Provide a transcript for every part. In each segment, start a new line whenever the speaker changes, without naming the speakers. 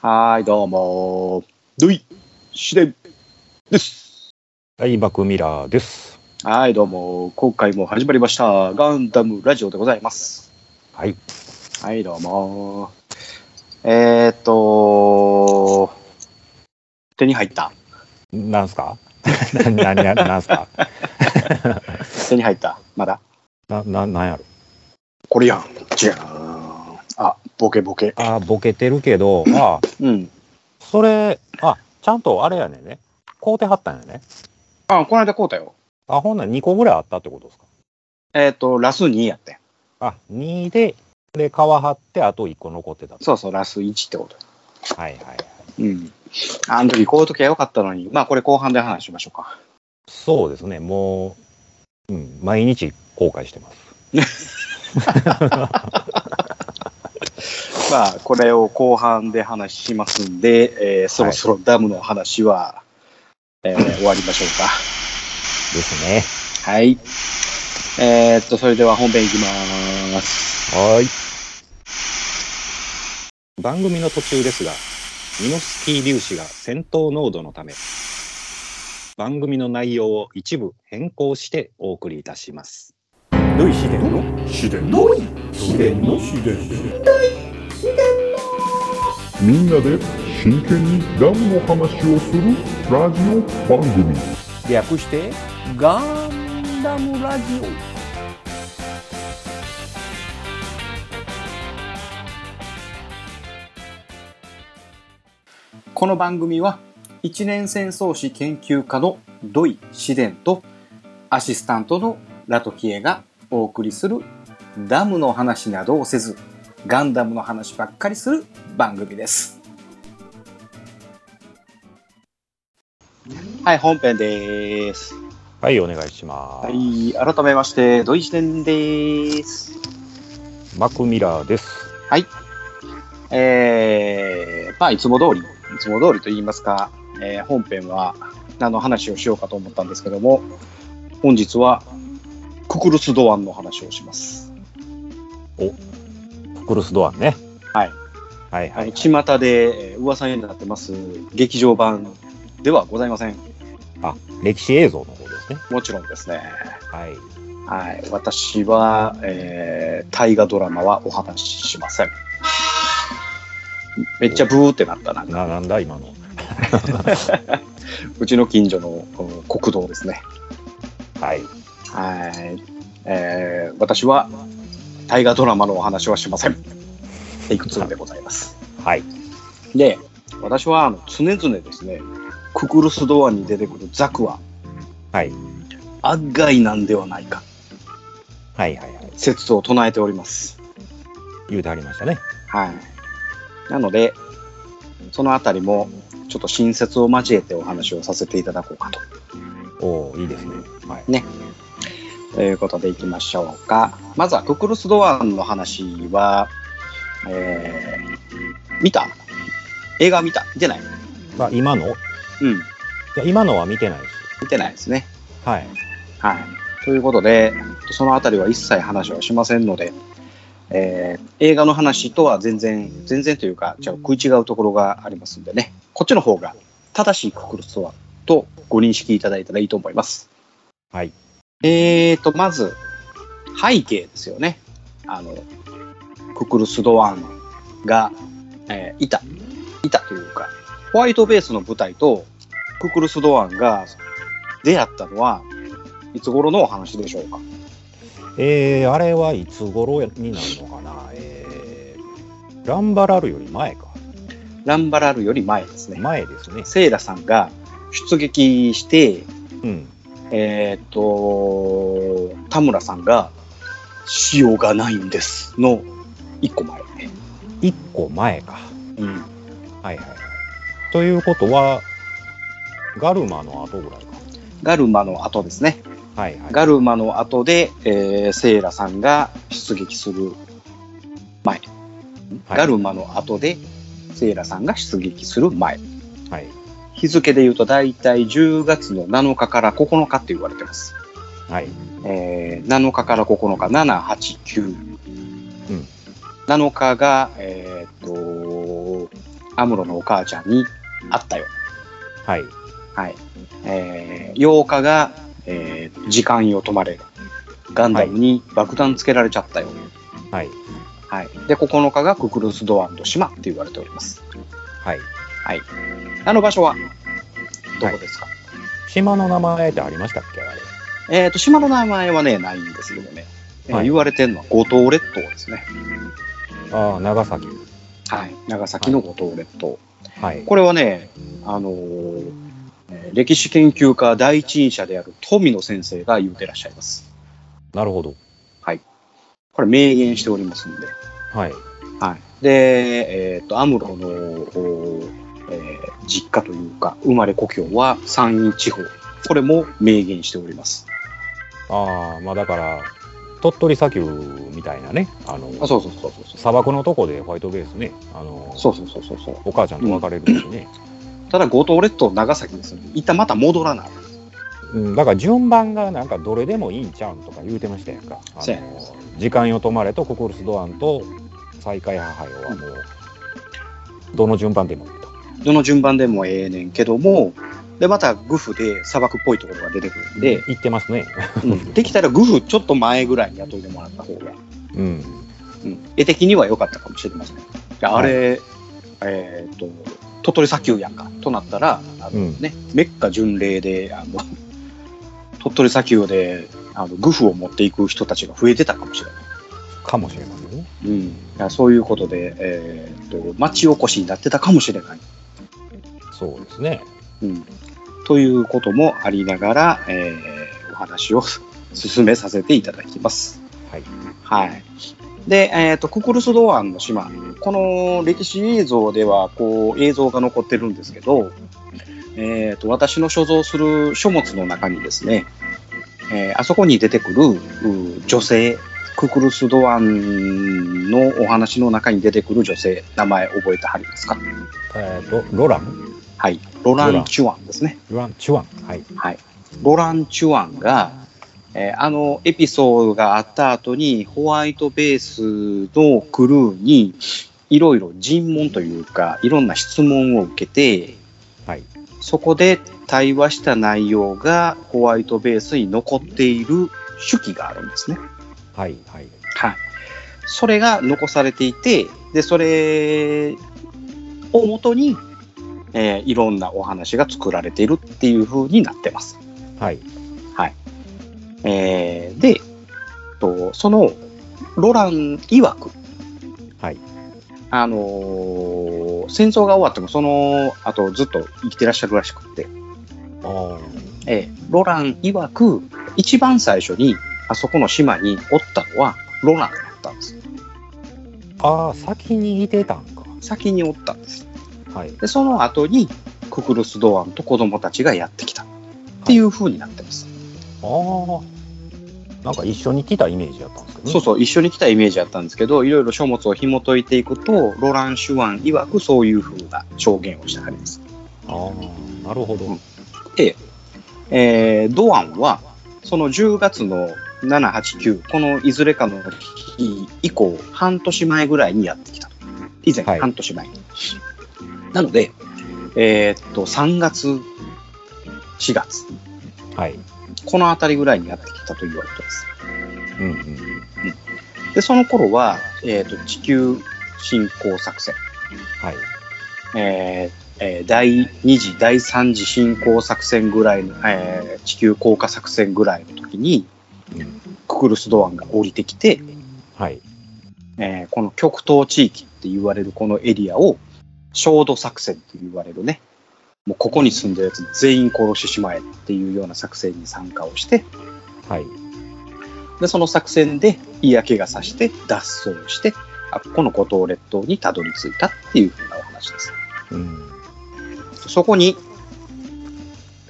はい、どうも。ドイ、シデンです。
はい、バックミラーです。
はい、どうも。今回も始まりました。ガンダムラジオでございます。
はい。
はい、どうも。えー、っと、手に入った。
なんすか な、な、な、なんすか
手に入った。まだ。
な、な、なんやろ
これやん。じゃーん。あ、ボケボケ。
あー、ボケてるけど、あー、
うん。
それ、あ、ちゃんとあれやねんね。買うてはったんやね。
あ、この間こうたよ。
あ、ほんなら2個ぐらいあったってことですか
えー、っと、ラス2やってん。
あ、2で、で、皮張って、あと1個残ってたと。
そうそう、ラス1ってこと。
はいはいはい。
うん。あの時こういう時はよかったのに。まあ、これ後半で話しましょうか。
そうですね、もう、うん、毎日後悔してます。
まあ、これを後半で話しますんで、えーそろそろダムの話は、えー終わりましょう
ですね。
か。はい。えーっと、それでは本編いきます。
はーい。番組の途中ですが、ミノスキー粒子が戦闘濃度のため、番組の内容を一部変更してお送りいたします。
ルイ自然の自然の自然の自然
みんなで真剣にダムの話をするラジオ番組
略してガンダムラジ
この番組は、一年戦争史研究家の土井紫伝と、アシスタントのラトキエがお送りする、ダムの話などをせず、ガンダムの話ばっかりする番組です。はい、本編です。
はい、お願いします。
はい、改めまして、ドイツ伝です。
マクミラーです。
えー、まあ、いつも通り、いつも通りと言いますか、えー本編は何の話をしようかと思ったんですけども、本日は、ククルス・ドアンの話をします。
クルスドアンね。
はい。
はいは
あ
い。
の巷でえー噂になってます、劇場版ではございません。
あ、歴史映像の方ですね。
もちろんですね。
はい。
はい、私は、えー大河ドラマはお話ししません。めっちゃブーってなったな。
な、なんだ今の。
うちの近所のうん国道ですね。
はい。
はい。えー私は、大河ドラマのお話はしません。テイク2でございます。
はい。
で、私は、あの、常々ですね、ククルスドアに出てくるザクは、
はい。
悪害なんではないか、
はいはいはい。
説を唱えております。
言うてはりましたね。
はい。なので、そのあたりも、ちょっと新説を交えてお話をさせていただこうかと。
おーいいですね。はい。
ということでいきましょうか。まずはククルス・ドアンの話は、えー、見た映画見た見てない
まあ、今のい
うん、
や今のは見てないです。
見てないですね。
はい。
はい。ということで、そのあたりは一切話はしませんので、えー映画の話とは全然、全然というか、じゃあ食い違うところがありますんでね、こっちの方が正しいククルス・ドアンとご認識いただいたらいいと思います。
はい。
えーと、まず、背景ですよね。あの、ククルス・ドアンが、えーいた。いたというか、ホワイトベースの舞台とククルス・ドアンが出会ったのは、いつ頃のお話でしょうか。
えー、あれはいつ頃になるのかな、えー、ランバラルより前か
ランバラルより前ですね。
前ですね
セイラさんが出撃して、
うん
えーっと、田村さんが、しようがないんですの一個前。
一個前か
うん。
はいはいはいということはガルマの後ぐらいか
ガルマの後ですね。
はいはい
ガルマの後で、えーセイラさんが出撃する前。
はい
ガルマの後で、セイラさんが出撃する前。
はい
日付で言うと大体10月の7日から9日って言われてます。
はい
えー7日から9日、7、8、9。
うん
7日が、えーっと、アムロのお母ちゃんに会ったよ。
はい。
はい。えー、8日が、えー時間よ止まれ。ガンダムに爆弾つけられちゃったよ。
はい。
はい。で、9日がククルスドアンと島って言われております。
はい。
はい。あの場所は、どこですか、
島の名前ってありましたっけあれ。
えっ、と、島の名前はね、ないんですけどね。えー
はい
言われてるのは五島列島ですね。
ああ、長崎。
はい。長崎の五島列島。
はい。
これはね、あのーえー歴史研究家第一人者である富野先生が言うてらっしゃいます。
なるほど。
これ明言しておりますんで。
はい。
はい。で、えっ、と、アムロの、おーえー実家というか、生まれ故郷は山陰地方。これも明言しております。
ああ、まあだから、鳥取砂丘みたいなね、あの、
あ、そうそうそうそうそう。
砂漠のとこでホワイトベースね、あの、
そうそうそうそうそう。
お母ちゃんと別れるしね、
ただ、五島列島、長崎ですよね。一旦また戻らない。
うん、だから順番がなんかどれでもいいんちゃうんとか言うてましたやんか。あ
そうや
の時間よ止まれとココルスドアンと再開派配はもう、どの順番でもいいと。
どの順番でもええねんけども、で、またグフで砂漠っぽいところが出てくるんで、
言ってますね。
うんできたらグフちょっと前ぐらいに雇いてもらった方が、
うん。
うん絵的には良かったかもしれません。あれ、えーっと、鳥取砂丘やんかとなったら、あの
うん
ね、メッカ巡礼で、あの、鳥取砂丘で、あの、グフを持っていく人たちが増えてたかもしれない。
かもしれませんね。
うん、だからそういうことで、えーっと、町おこしになってたかもしれない。
そうですね。
うん、ということもありながら、えーお話を進めさせていただきます。
はい。
はい。で、えっ、と、ククルスドアンの島。この歴史映像では、こう、映像が残ってるんですけど、えっ、と、私の所蔵する書物の中にですね、えーあそこに出てくるう女性、ククルスドアンのお話の中に出てくる女性、名前覚えてはりますか
えっ、と、ロラン
はい。ロラン・チュアンですね。
ロラン、チュアン。はい。
ロラン・チュアンが、えーあのエピソードがあった後にホワイトベースのクルーにいろいろ尋問というかいろんな質問を受けて
はい。
そこで対話した内容がホワイトベースに残っている手記があるんですね。
はい。はい。
はい、それが残されていてでそれをもとに、えーいろんなお話が作られているっていう風になってます。
はい。
えーで、とそのロラン曰く、
はい。
あのー戦争が終わってもその後ずっと生きてらっしゃるらしくって、
ああ。
えーロラン曰く一番最初にあそこの島におったのはロランだったんです。
ああ、先にいてたんか。
先におったんです。
はい。
で、その後にククルス・ドアンと子供たちがやってきたっていう風になってます。
ああ。なんか一緒に来たイメージだったんですけどね。
そうそう、一緒に来たイメージだったんですけど、いろいろ書物を紐解いていくと、ロラン・シュワン曰くそういう風な証言をしてはります。
ああ、なるほど。
うんえードアンは、その10月の7、8、9、このいずれかの日以降、半年前ぐらいにやってきたと。以前、
はい
半年前に。なので、えーっと、3月、4月、
はい。
このあたりぐらいにやってきたと言われてます。
うんうん。
で、その頃は、えーっと、地球侵攻作戦。
はい。
えーえー第2次、第3次侵攻作戦ぐらいの、えー地球降下作戦ぐらいの時に
うん、
ククルス・ドアンが降りてきて、
はい。
えーこの極東地域って言われるこのエリアを、焦土作戦って言われるね、もうここに住んでるやつ全員殺してしまえっていうような作戦に参加をして、
はい。
でその作戦で嫌気がさして脱走して、あこの五島列島にたどり着いたっていうふうなお話です。
うん。
そこに、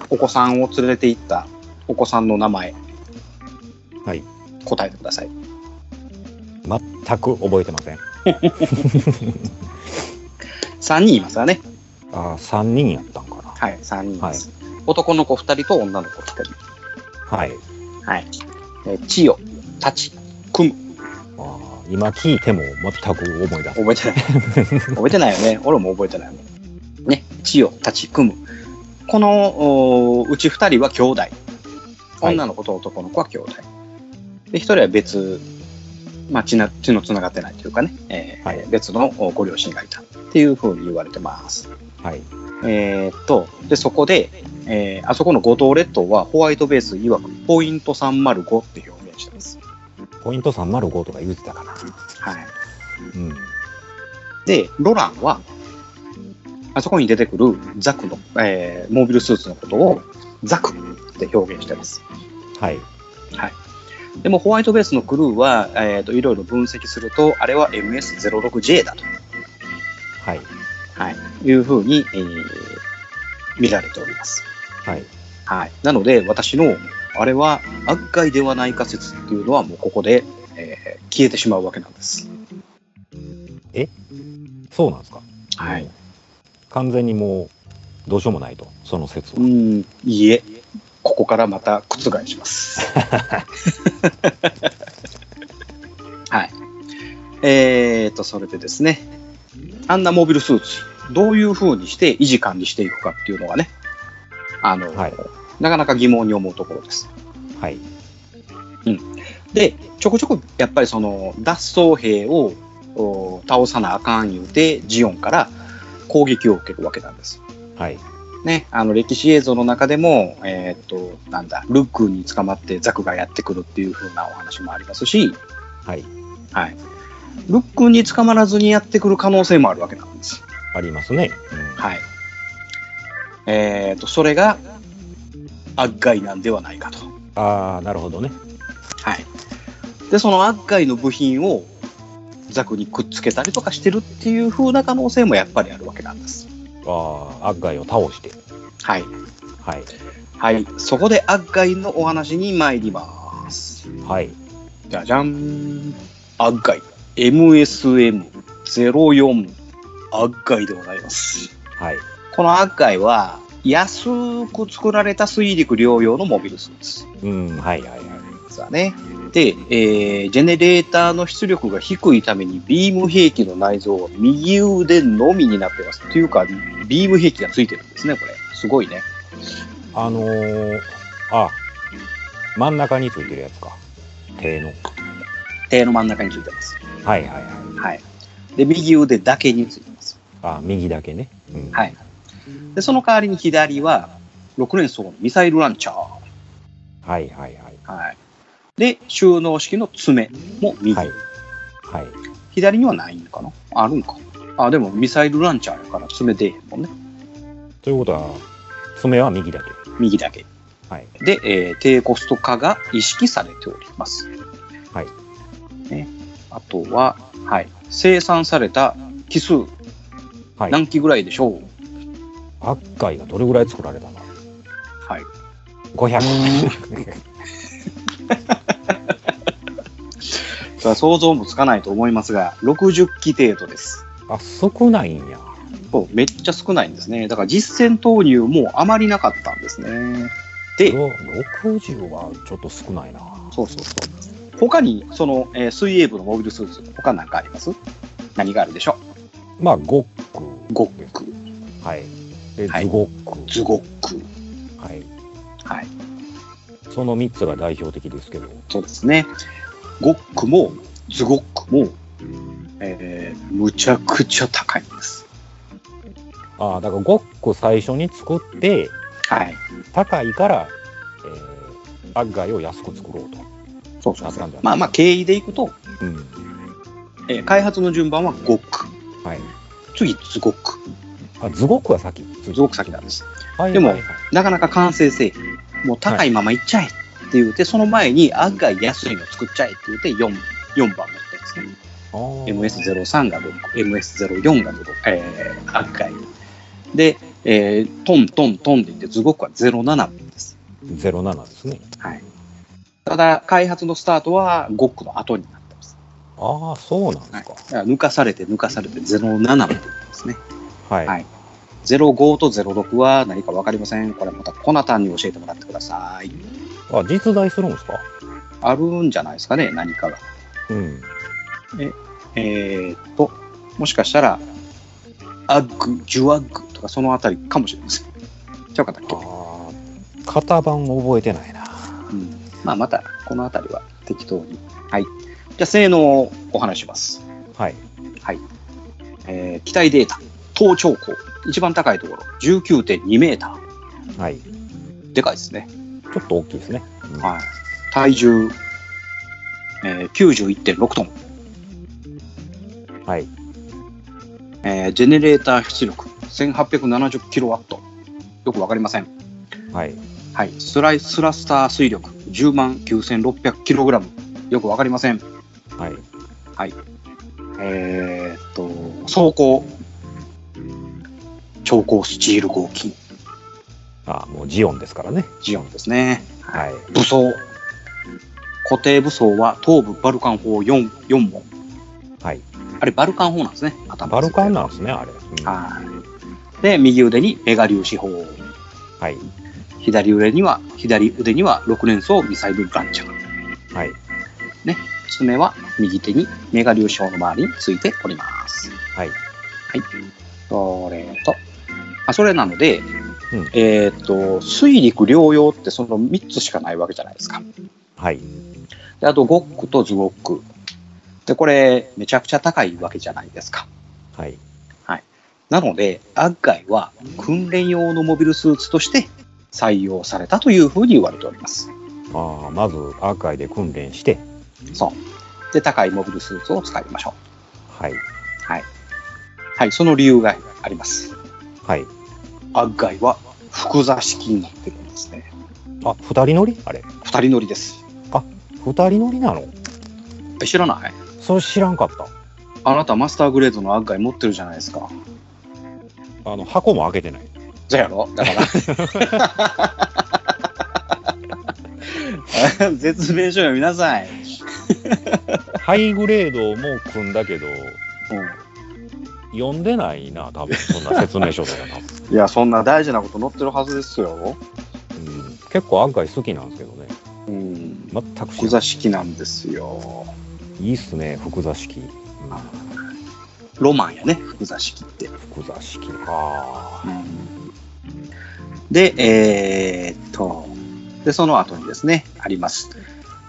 お子さんを連れて行ったお子さんの名前、
はい。
答えてください。
全く覚えてません。
3人いますわね。
ああ、三人やったんかな。
はい、3人います。男の子2人と女の子2人。
はい。
はい。えー、千代、たち、くむ、
ああ、今聞いても全く思い出せない
覚えてない。 覚えてないよね。俺も覚えてないもん。ね、千代、立ち組む。このおうち二人は兄弟。
はい
女の子と男の子は兄弟。で、一人は別、まあ、血な血のつながってないというかね、えー
はい
別のおご両親がいたっていうふうに言われてます。
はい。
えーっと、で、そこで、えーあそこの五島列島はホワイトベース曰くポイント305って表現してます。
ポイント305とか言ってたかな。
はい。
うん。
で、ロランは、あそこに出てくるザクの、えーモービルスーツのことをザクって表現してます。
はい。
でもホワイトベースのクルーは、えー、といろいろ分析すると、あれは MS-06J だと、
はい。
い、うふうに、えー見られております。
はい。
はい、なので、私のあれは悪害ではないか説っていうのはもうここで、えー消えてしまうわけなんです。
そうなんですか。
はい、。
完全にもう、どうしようもないと、その説
う
は。
ん、いいえ、ここからまた覆します。 はい。えー、と、それでですね、あんなモビルスーツ、どういうふうにして維持管理していくかっていうのがね、あの、
はい。
なかなか疑問に思うところです。
はい。
で、ちょこちょこやっぱりその脱走兵をお倒さなあかん言うて、ジオンから攻撃を受けるわけなんです。
はい。
ね、あの歴史映像の中でも、えーっと、なんだ、ルックに捕まってザクがやってくるっていう風なお話もありますし、
はい。
はい。ルックに捕まらずにやってくる可能性もあるわけなんです。
ありますね。
はい。えーっと、それが、悪害なんではないかと。
うん、ああ、なるほどね。
はい。で、その悪害の部品をザクにくっつけたりとかしてるっていう風な可能性もやっぱりあるわけなんです。
ああ、悪害を倒して。
はい。
はい。
はい。そこで悪害のお話に参ります。
はい。
じゃじゃん。アッガイ。MSM04 アッガイでございます。
はい。
このアッガイは、安く作られた水陸両用のモビルスーツ
うん。はい。はい。はい。
ですわね。で、えージェネレーターの出力が低いためにビーム兵器の内蔵は右腕のみになってます。というか、ビーム兵器がついてるんですね、これ。すごいね。
あのー、あ、真ん中についてるやつか。手の。
手の真ん中についてます。
はい。はい。はい。
はい。で、右腕だけについてます。
あ右だけね。うん。
はい。で、その代わりに左は、6連装のミサイルランチャー。
はい。はい。はい。
はい。で、収納式の爪も右。
はい。はい。
左にはないんかなあるんか。あ、でもミサイルランチャーやから爪出えへんもんね。
ということは、爪は右だけ。
右だけ。
はい。
で、えー低コスト化が意識されております。
はい。
ね。あとは、はい。生産された奇数、
はい。
何機ぐらいでしょう
悪海がどれぐらい作られたの
はい。
500
それは想像もつかないと思いますが、60機程度です。
あ少ないんや
そうめっちゃ少ないんですね。だから実戦投入もあまりなかったんですね。で、
ろ60はちょっと少ないな
そうそうそう。他に、その、えー水泳部のモビルスーツ、他なんかあります何があるでしょ
まあ5区
うゴック、
はいで
はい
ズゴック
ズゴック。
はい
はい。
その3つが代表的ですけど
そうですね。ゴックも、ズゴックも、えーむちゃくちゃ高いんです。
ああだから5区最初に作って
はい。
高いから、えー、悪海を安く作ろうと
そうそ
な
う
っ
そ
た
う。
んじゃない
まあまあ、経緯でいくと、
うん
えー開発の順番はゴック。
はい
次、ズゴック。
あズゴックは先ズ
ズゴック先なんです。
はい
でも
はいはい
なかなか完成せえへんもう高いままいっちゃえって言うて、その前に案外安いの作っちゃえって言うて 4, 4番持ってるん
あー
ですね。MS03 が6、MS04 が6、えー、案外。で、えートントントンって言って、ズゴックは07なんです。
07ですね
はい。ただ、開発のスタートはゴックの後になってます。
ああそうなんです
はい。だ
か
から抜かされて抜かされて07までいってますね。
はい、
はい05と06は何か分かりません。これまたコナタンに教えてもらってください。
あ実在するんですか
あるんじゃないですかね、何かが。
うん
えーっと、もしかしたら、アッグ、ジュアッグとかそのあたりかもしれません。ちゃうかったっけ、
ああ、型番覚えてないな。
うん、まあ、また、このあたりは適当に。はい。じゃあ、性能をお話しします。
はい。
えー機体データ、頭頂高、一番高いところ、19.2メータ
はい。ち
ー。でかいですね。
ょっと大きいですね。うん
はい。体重、えー91.6トン。
はい。
えージェネレーター出力、1870キロワット。よくわかりません。
はい。
はい、スライスラスター水力10万 9600kg よくわかりません、
はい。
えーっと走行超高スチール合金
ああ、もうジオンですからね。
ジオンですね
はい。
武装固定武装は東部バルカン砲 4, 4門
はい。
あれバルカン砲なんですね頭
バルカン
の
なんですね、あれ。うん
はいで右腕にメガ粒子砲
はい。
左腕には左腕には6連装ミサイルランチャー
はい。
爪は右手にメガ粒子砲の周りについております。
はい。
はい。それと、あそれなので、
うん
えーっと、水陸両用ってその3つしかないわけじゃないですか。
はい。
であと、ゴックとズゴック。で、これ、めちゃくちゃ高いわけじゃないですか。
はい。
なので、アッガイは訓練用のモビルスーツとして採用されたというふうに言われております。
ああ、まずアーカイで訓練して、
そう。で、高いモビルスーツを使いましょう。
はい。
はい、その理由があります。
はい。
アッガイは複座式になってるんですね。
あ、二人乗りあれ。
二人乗りです。
二人乗りなの
え知らない
それ知らんかった。
あなたマスターグレードのアッガイ持ってるじゃないですか。
あの、箱も開けてない。
じゃやろだから。 絶明書読みなさい。
ハイグレードも組んだけど、読んでないな、多分そんな説明書とかな、
いや、そんな大事なこと載ってるはずですよ。
うん。結構アーカイ好きなんですけどね。
うん。
全く
複
知ら
座
ん
式なんですよ。
いいっすね、複座式。うん
ロマンやね、複座式って。
複座式。あ
で、えーっと、で、その後にですね、あります。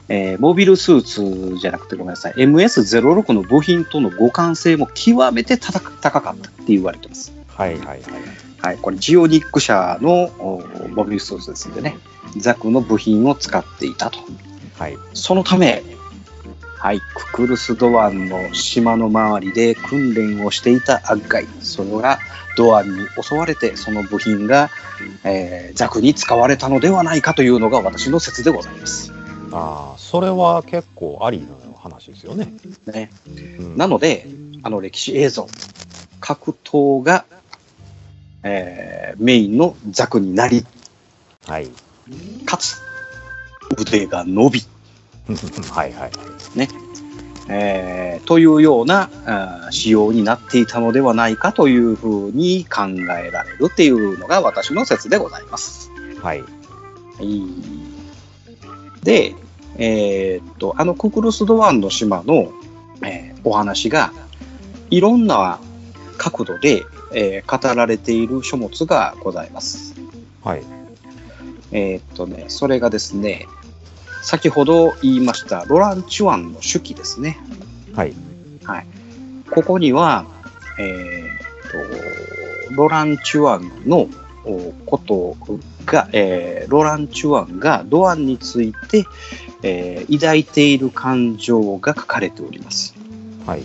えーモビルスーツじゃなくてごめんなさい、MS-06 の部品との互換性も極めて高か高かったって言われてます。
あ。はいはいはい。
はい、これジオニック社のおモビルスーツですんでね、ザクの部品を使っていたと。
はい。
そのため、はい、ククルスドワンの島の周りで訓練をしていたアッガイ、それがドアンに襲われて、その部品が、えーザクに使われたのではないかというのが私の説でございます。
ああ、それは結構ありの話ですよね。
ね、
うん
なので、あの歴史映像、格闘が、えーメインのザクになり、
はい。
かつ腕が伸び、
はいはい。
えーというようなあー仕様になっていたのではないかというふうに考えられるっていうのが私の説でございます。
はい。
はいで、えーっと、あのククルス・ドワンの島の、えーお話がいろんな角度で、えー語られている書物がございます。
はい。
えーっとね、それがですね、先ほど言いましたロランチュワンの手記ですね。
はい。
ここには、えーとロラン・チュアンのおことが、えーロラン・チュアンがドアンについて、えー抱いている感情が書かれております。
はい。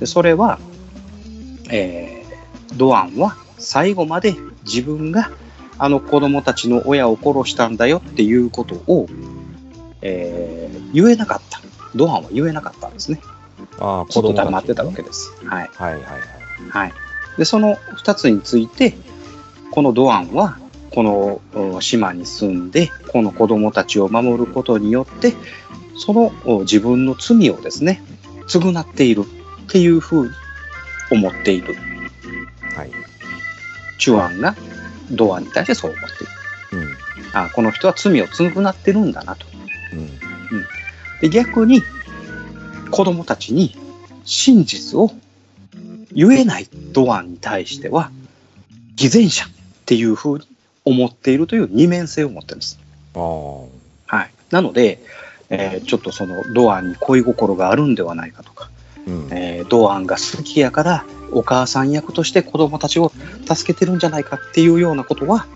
でそれは、えードアンは最後まで自分があの子供たちの親を殺したんだよっていうことを、えー言えなかった。ドアンは言えなかったんですね。
ああ、
ちょっと
ち
黙ってたわけです。はい。
はいはいはい。
はい、でその2つについてこのドアンはこのうん島に住んでこの子供たちを守ることによってそのうん自分の罪をですね償っているっていうふうに思っている
はい。
チュアンがドアンに対してそう思っているあこの人は罪を償ってるんだなと
うん。うん。
で逆に子供たちに真実を言えないドアに対しては偽善者っていうふうに思っているという二面性を持ってるんです。
ああ。
はい、なので、えーちょっとそのドアンに恋心があるんではないかとか、
うん。
えードアンが好きやからお母さん役として子供たちを助けてるんじゃないかっていうようなことは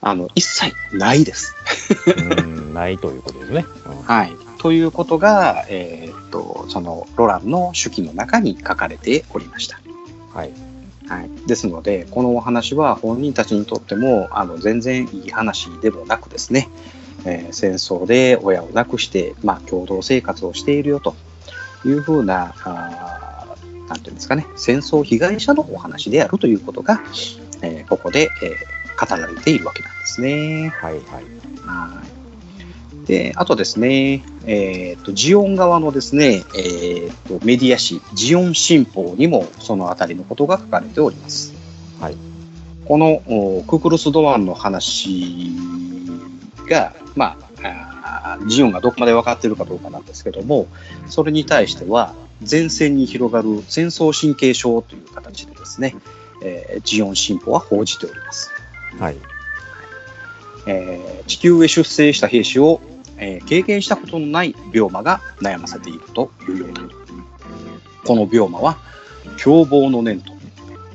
あの一切ないです。
うんないということですね。
はい、ということが、えーっとそのロランの手記の中に書かれておりました。
うんはい。
はい、ですのでこのお話は本人たちにとってもあの全然いい話でもなくですね、えー戦争で親を亡くして、まあ、共同生活をしているよというふうなあーなんていうんですかね戦争被害者のお話であるということが、えーここで、えー語られているわけなんですね。
はいはい。
はいであとですね、えーとジオン側のですね、えーとメディア誌「ジオン新報」にもそのあたりのことが書かれております。
はい
このおククルス・ドワンの話が、まあ、あージオンがどこまで分かっているかどうかなんですけどもそれに対しては前線に広がる戦争神経症という形でですね、えージオン新報は報じております。
はい。
えー地球へ出征した兵士を、えー経験したことのない病魔が悩ませているというようだこの病魔は凶暴の念と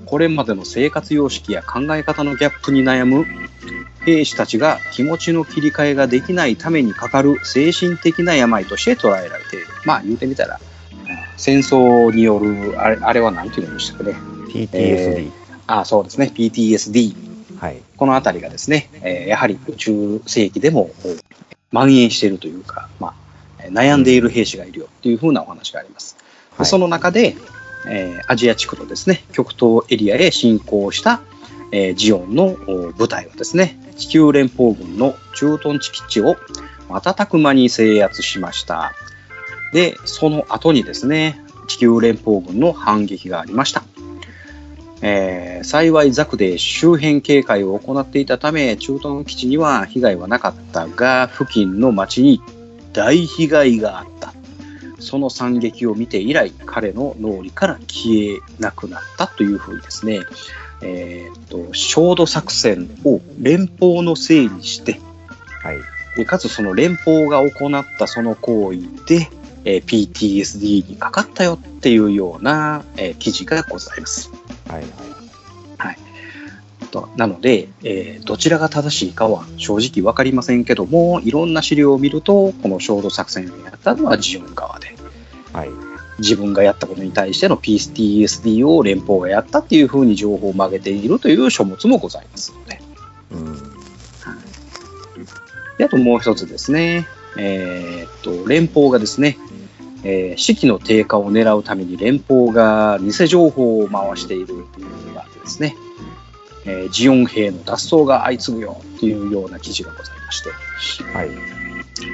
これまでの生活様式や考え方のギャップに悩む兵士たちが気持ちの切り替えができないためにかかる精神的な病として捉えられているまあ言うてみたらあ戦争によるあれあれは何て言うんでしたかね
PTSD。
ああそうですね PTSD
はい。
このあたりがですね、えーやはり中世紀でもこう蔓延しているというか、まあ、えー悩んでいる兵士がいるよというふうなお話があります。で
はい
その中で、えーアジア地区とですね、極東エリアへ侵攻した、えージオンのお部隊はですね、地球連邦軍の駐屯地基地を瞬く間に制圧しました。で、その後にですね、地球連邦軍の反撃がありました。えー幸いザクで周辺警戒を行っていたため駐屯基地には被害はなかったが付近の町に大被害があったその惨劇を見て以来彼の脳裏から消えなくなったというふうにですね、えーっと焦土作戦を連邦のせいにして
はい。
でかつその連邦が行ったその行為で、えー PTSD にかかったよっていうような、えー記事がございます。
はい。はい。
となので、えーどちらが正しいかは正直分かりませんけどもいろんな資料を見るとこの衝動作戦をやったのはジオン側で
はい。
自分がやったことに対しての PTSD を連邦がやったっていうふうに情報を曲げているという書物もございますので
うん。
であともう一つですね、えーっと連邦がですね、えー士気の低下を狙うために連邦が偽情報を回しているというのがあってですね、えージオン兵の脱走が相次ぐよというような記事がございまして、
はい。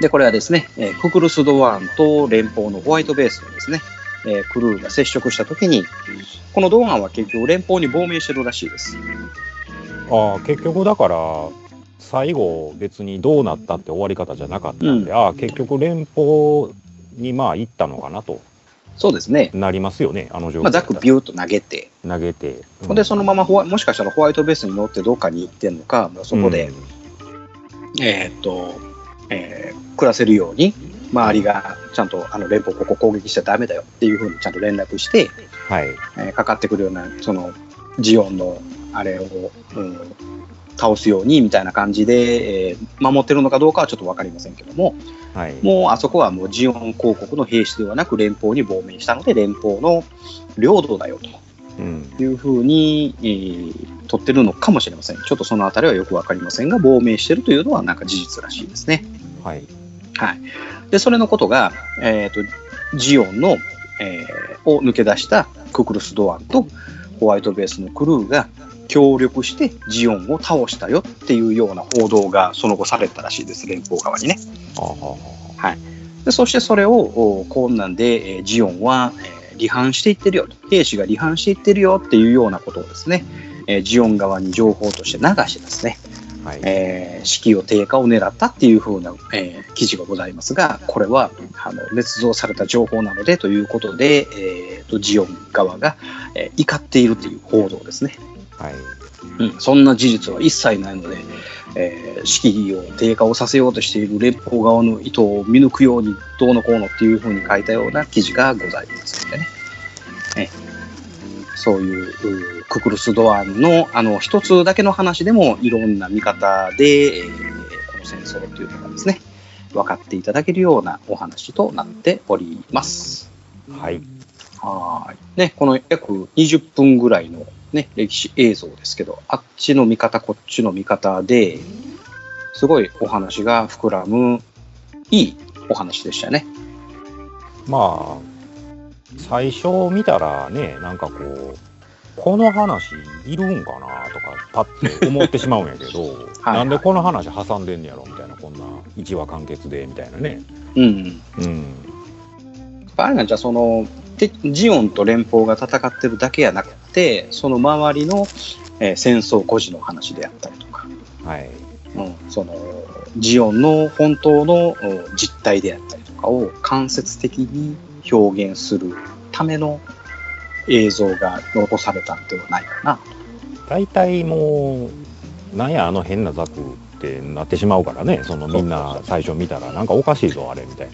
で、これはですね、えーククルス・ドワーンと連邦のホワイトベースのですね、えークルーが接触したときに、このドワーンは結局連邦に亡命してるらしいです。
ああ、結局だから、最後、別にどうなったって終わり方じゃなかったんで、ああ、結局連邦にまあ行ったのかなと
そうですね。
なりますよね、あの状況
まあ、
だ
ザ
った
ク
ら。
ビューッと投げて、
投げて。
ほんでそのままホワもしかしたらホワイトベースに乗ってどっかに行ってんのか、もうそこで、えーっと、えー暮らせるように、周りがちゃんとあの連邦ここ攻撃しちゃダメだよっていうふうにちゃんと連絡して、
はい。
えーかかってくるようなそのジオンのあれを、うん、倒すようにみたいな感じで、えー守ってるのかどうかはちょっと分かりませんけども
はい。
もうあそこはもうジオン公国の兵士ではなく連邦に亡命したので連邦の領土だよ
うん。
というふうに、えー取ってるのかもしれませんちょっとそのあたりはよく分かりませんが亡命してるというのはなんか事実らしいですね。
はい。
はい、でそれのことが、えー、とジオンの、えーを抜け出したククルス・ドアンとホワイトベースのクルーが協力してジオンを倒したよっていうような報道がその後されたらしいです連邦側にね。
ああ、は
でそしてそれをおこんなんで、えージオンは、えー離反していってるよと兵士が離反していってるよっていうようなことをですね、えージオン側に情報として流してですね
はい。
えー士気を低下を狙ったっていうふうな、えー記事がございますが、これはあの捏造された情報なのでということで、えーとジオン側が、えー怒っているという報道ですね、
はい。
うん。そんな事実は一切ないので、えー士気を低下をさせようとしている連邦側の意図を見抜くようにどうのこうのっていうふうに書いたような記事がございますのでね。えーそういううーククルス・ドアンのあの一つだけの話でもいろんな見方で、えーこの戦争というのがですね分かっていただけるようなお話となっております。
はい。
はーい。ね、この約20分ぐらいの、ね、歴史映像ですけど、あっちの見方、こっちの見方で、すごいお話が膨らむ、いいお話でしたね。
まあ、最初見たらね、なんかこう、この話いるんかなとか、パッて思ってしまうんやけ ど、
はい
なんでこの話挟んでんねやろみたいな、こんな1話完結でみたいなね。
うんうん。
うん。
あれなんじゃ、その、てジオンと連邦が戦ってるだけやなくて、その周りの、えー戦争孤児の話であったりとか、
はい。
うん、その、ジオンの本当のうん実態であったりとかを間接的に表現するための映像が残されたんではないかな。
大体もう、なんやあの変なザクってなってしまうからね、そのみんな最初見たら、なんかおかしいぞ、あれみたいな。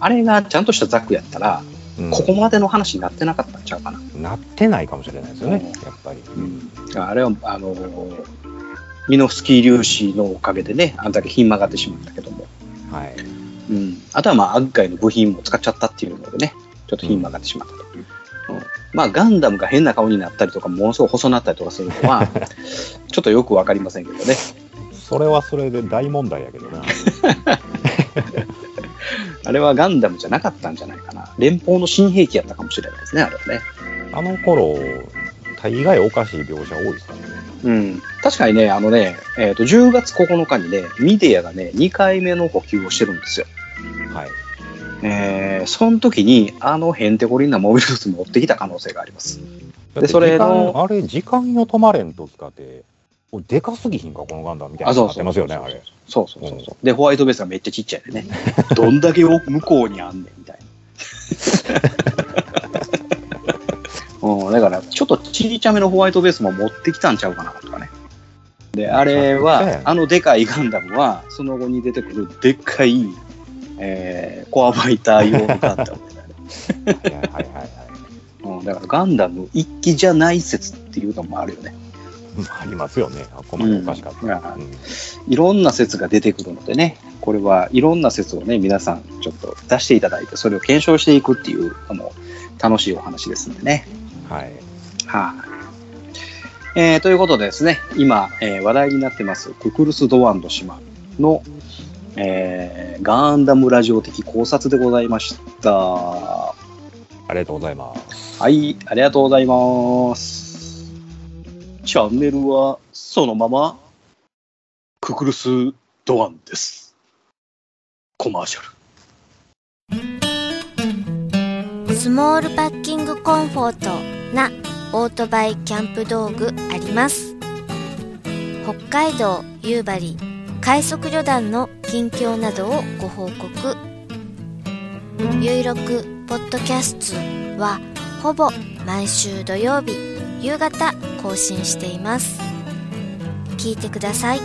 あれがちゃんとしたザクやったら、
うんうん
ここまでの話になってなかったんちゃうかな。
なってないかもしれないですよね
う、
やっぱり。
あれは、あのーミノフスキー粒子のおかげでね、あんだけひん曲がってしまったけども。
はい。
うん、あとはまあ、アッガイの部品も使っちゃったっていうのでね、ちょっとひん曲がってしまったと。うんまあ、ガンダムが変な顔になったりとか、ものすごい細なったりとかするの は、ちょっとよくわかりませんけどね。
それはそれで大問題やけどな。
あれはガンダムじゃなかったんじゃないかな。連邦の新兵器やったかもしれないですね、あれはね。
あの頃、大概おかしい描写多いですからね。
うん、確かにね、あのね、えーと、10月9日にね、ミディアがね、2回目の補給をしてるんですよ。
はい。
えー、その時に、あのヘンテコリンなモビルス持ってきた可能性があります。
だって
それの
時間あれ、時間よ止まれんときかて、おでかすぎひんか、このガンダムみたいな
あそう
なってますよね、
そう
あ
そうそうそう
れ。
そうそう。で、ホワイトベースがめっちゃちっちゃいでね、どんだけよ向こうにあんねんみたいな。うん、だから、ちょっとちいちゃめのホワイトベースも持ってきたんちゃうかなとかね。で、あれ
めちゃくちゃや
は、
ん
あのでかいガンダムは、その後に出てくるでっかい、えーコアファイター用のガンダムみたいな。
はいはいはいはい。
うん、だからガンダム一機じゃない説っていうのもあるよね。
ありますよね、あこまでおかしかった。
うん
うん
いろんな説が出てくるのでね、これはいろんな説をね、皆さんちょっと出していただいて、それを検証していくっていう、あの、楽しいお話ですんでね。
はい。
はい、えーということでですね、今、えー話題になってます、ククルス・ドワンド島の、えーガンダムラジオ的考察でございました。は
ありがとうございます。
い、ありがとうございます。チャンネルはそのまま、ククルス・ドワンです。コマーシャル。
スモールパッキングコンフォートなオートバイキャンプ道具あります北海道夕張快速旅団の近況などをご報告ゆいろくポッドキャストはほぼ毎週土曜日夕方更新しています聞いてください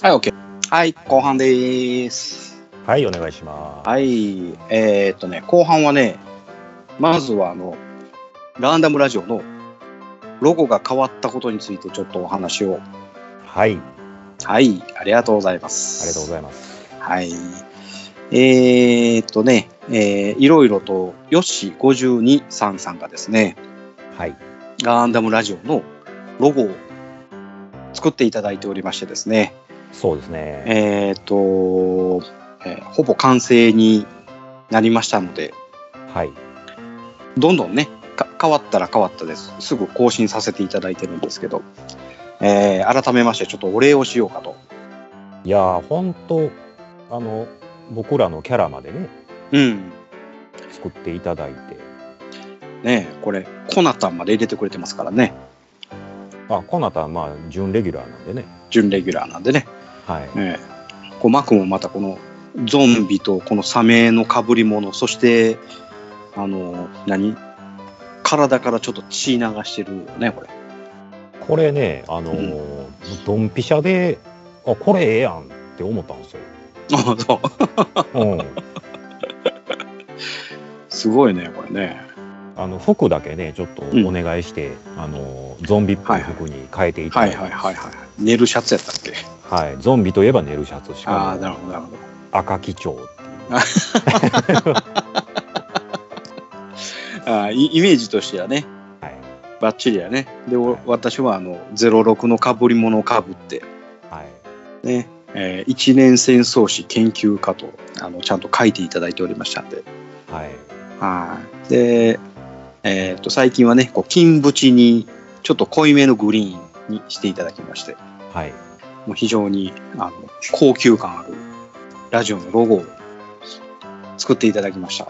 はい、OK。はい、後半でーす。
はい、お願いします。
はい、えー、っとね、後半はね、まずはあの、ランダムラジオのロゴが変わったことについてちょっとお話を。
はい、あり
はい、ありがとうございます。
がとうご
い
ざいます。
ます。はい。えー、っとね、えー、いろいろと、ヨッシー52さんさんがですね、
はい。
ガンダムラジオのロゴを作っていただいておりましてですね、
そうですね。
えー、っと、えーほぼ完成になりましたので、
はい。
どんどんねか変わったら変わったですすぐ更新させていただいてるんですけど、えー改めましてちょっとお礼をしようかと、
いやー、本当あの、僕らのキャラまでね、
うん、
作っていただいて、
ねえこれコナタンまで入れてくれてますからね
あ、こなたはまあ、準レギュラーなんでね。
準レギュラーなんでね、
はい。
ええこうマクもまたこのゾンビとこのサメの被り物そしてあの何体からちょっと血流してるよねこれ
これね、あのードンピシャで、あ、これええやんって思った んですよ。
あそう
うん。
すごいねこれね
あの服だけね、ちょっとお願いして、あのーゾンビっぽい服に変えていた
は
だい
い
て、
はいはいはい寝るシャツやったっけ
はいゾンビといえば寝るシャツし
ああ
か
なるほどなるほど
赤基調っていう。
ああイイメージとしてはね
はい
バッチリやねで、お
はい
私はあの06の被り物をかぶって
はい
ね、えー一年戦争史研究家とあのちゃんと書いていただいておりましたんで、
はい
はい。で、えーっと最近はね、こう金縁にちょっと濃いめのグリーンにしていただきまして、
はい
もう非常にあの高級感あるラジオのロゴを作っていただきました。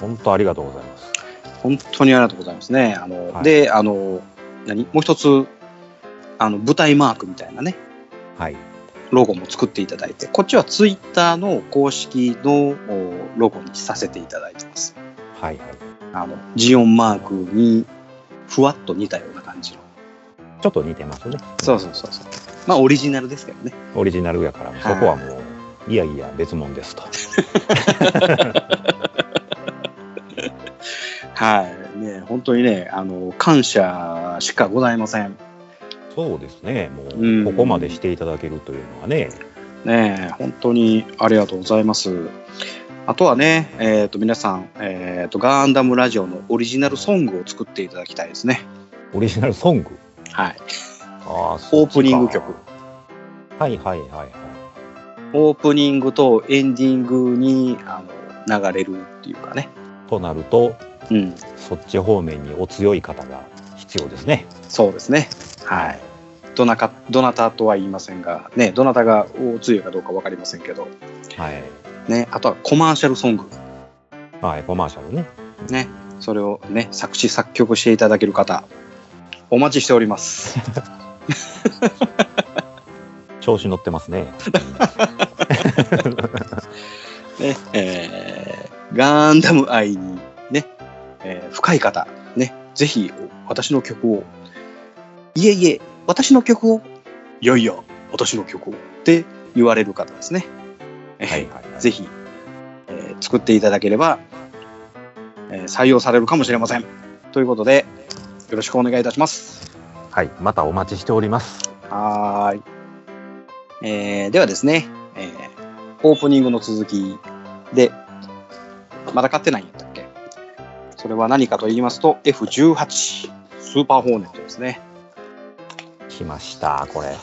本当ありがとうございます。
本当にありがとうございますね。あの、
はい
で、あの何もう一つあの舞台マークみたいなね。
はい
ロゴも作っていただいて、こっちはツイッターの公式のおロゴにさせていただいてます。
はいはい。
あの、ジオンマークにふわっと似たような感じの。
ちょっと似てますね。
そうそうそうそう。まあ、オリジナルですけどね。
オリジナルやから、そこはもう、いやいや、別物ですと。
はい。ね、本当にね、あの、感謝しかございません。
そうですね、も
うん
う、ここまでしていただけるというのはね、
ね、本当にありがとうございます。あとはね、えっ、と、皆さん、えっ、と、ガンダムラジオのオリジナルソングを作っていただきたいですね。
オリジナルソング。
はい。
あ
オープニング曲。
はいはいはいはい。
オープニングとエンディングにあの流れるっていうかね、
となると、
うん、
そっち方面にお強い方が必要ですね。
そうですね、はい、どなかどなたとは言いませんが、ね、どなたがお強いかどうか分かりませんけど、
はい。
ね、あとはコマーシャルソング、
はい、コマーシャルね。
ね、それを、ね、作詞作曲していただける方お待ちしております
調子乗ってますね。
ね、えーガンダム愛に、ねえー深い方、ね、ぜひ私の曲をいえいえ私の曲をいやいや私の曲をって言われる方ですね、
はいはいはい
ぜひ、えー作っていただければ、えー採用されるかもしれませんということでよろしくお願いいたします
はい、またお待ちしております。
はーい、えーではですね、えーオープニングの続きでまだ買ってないんやったっけそれは何かと言いますと F18 スーパーホーネットですね
来ました、これ。
はい、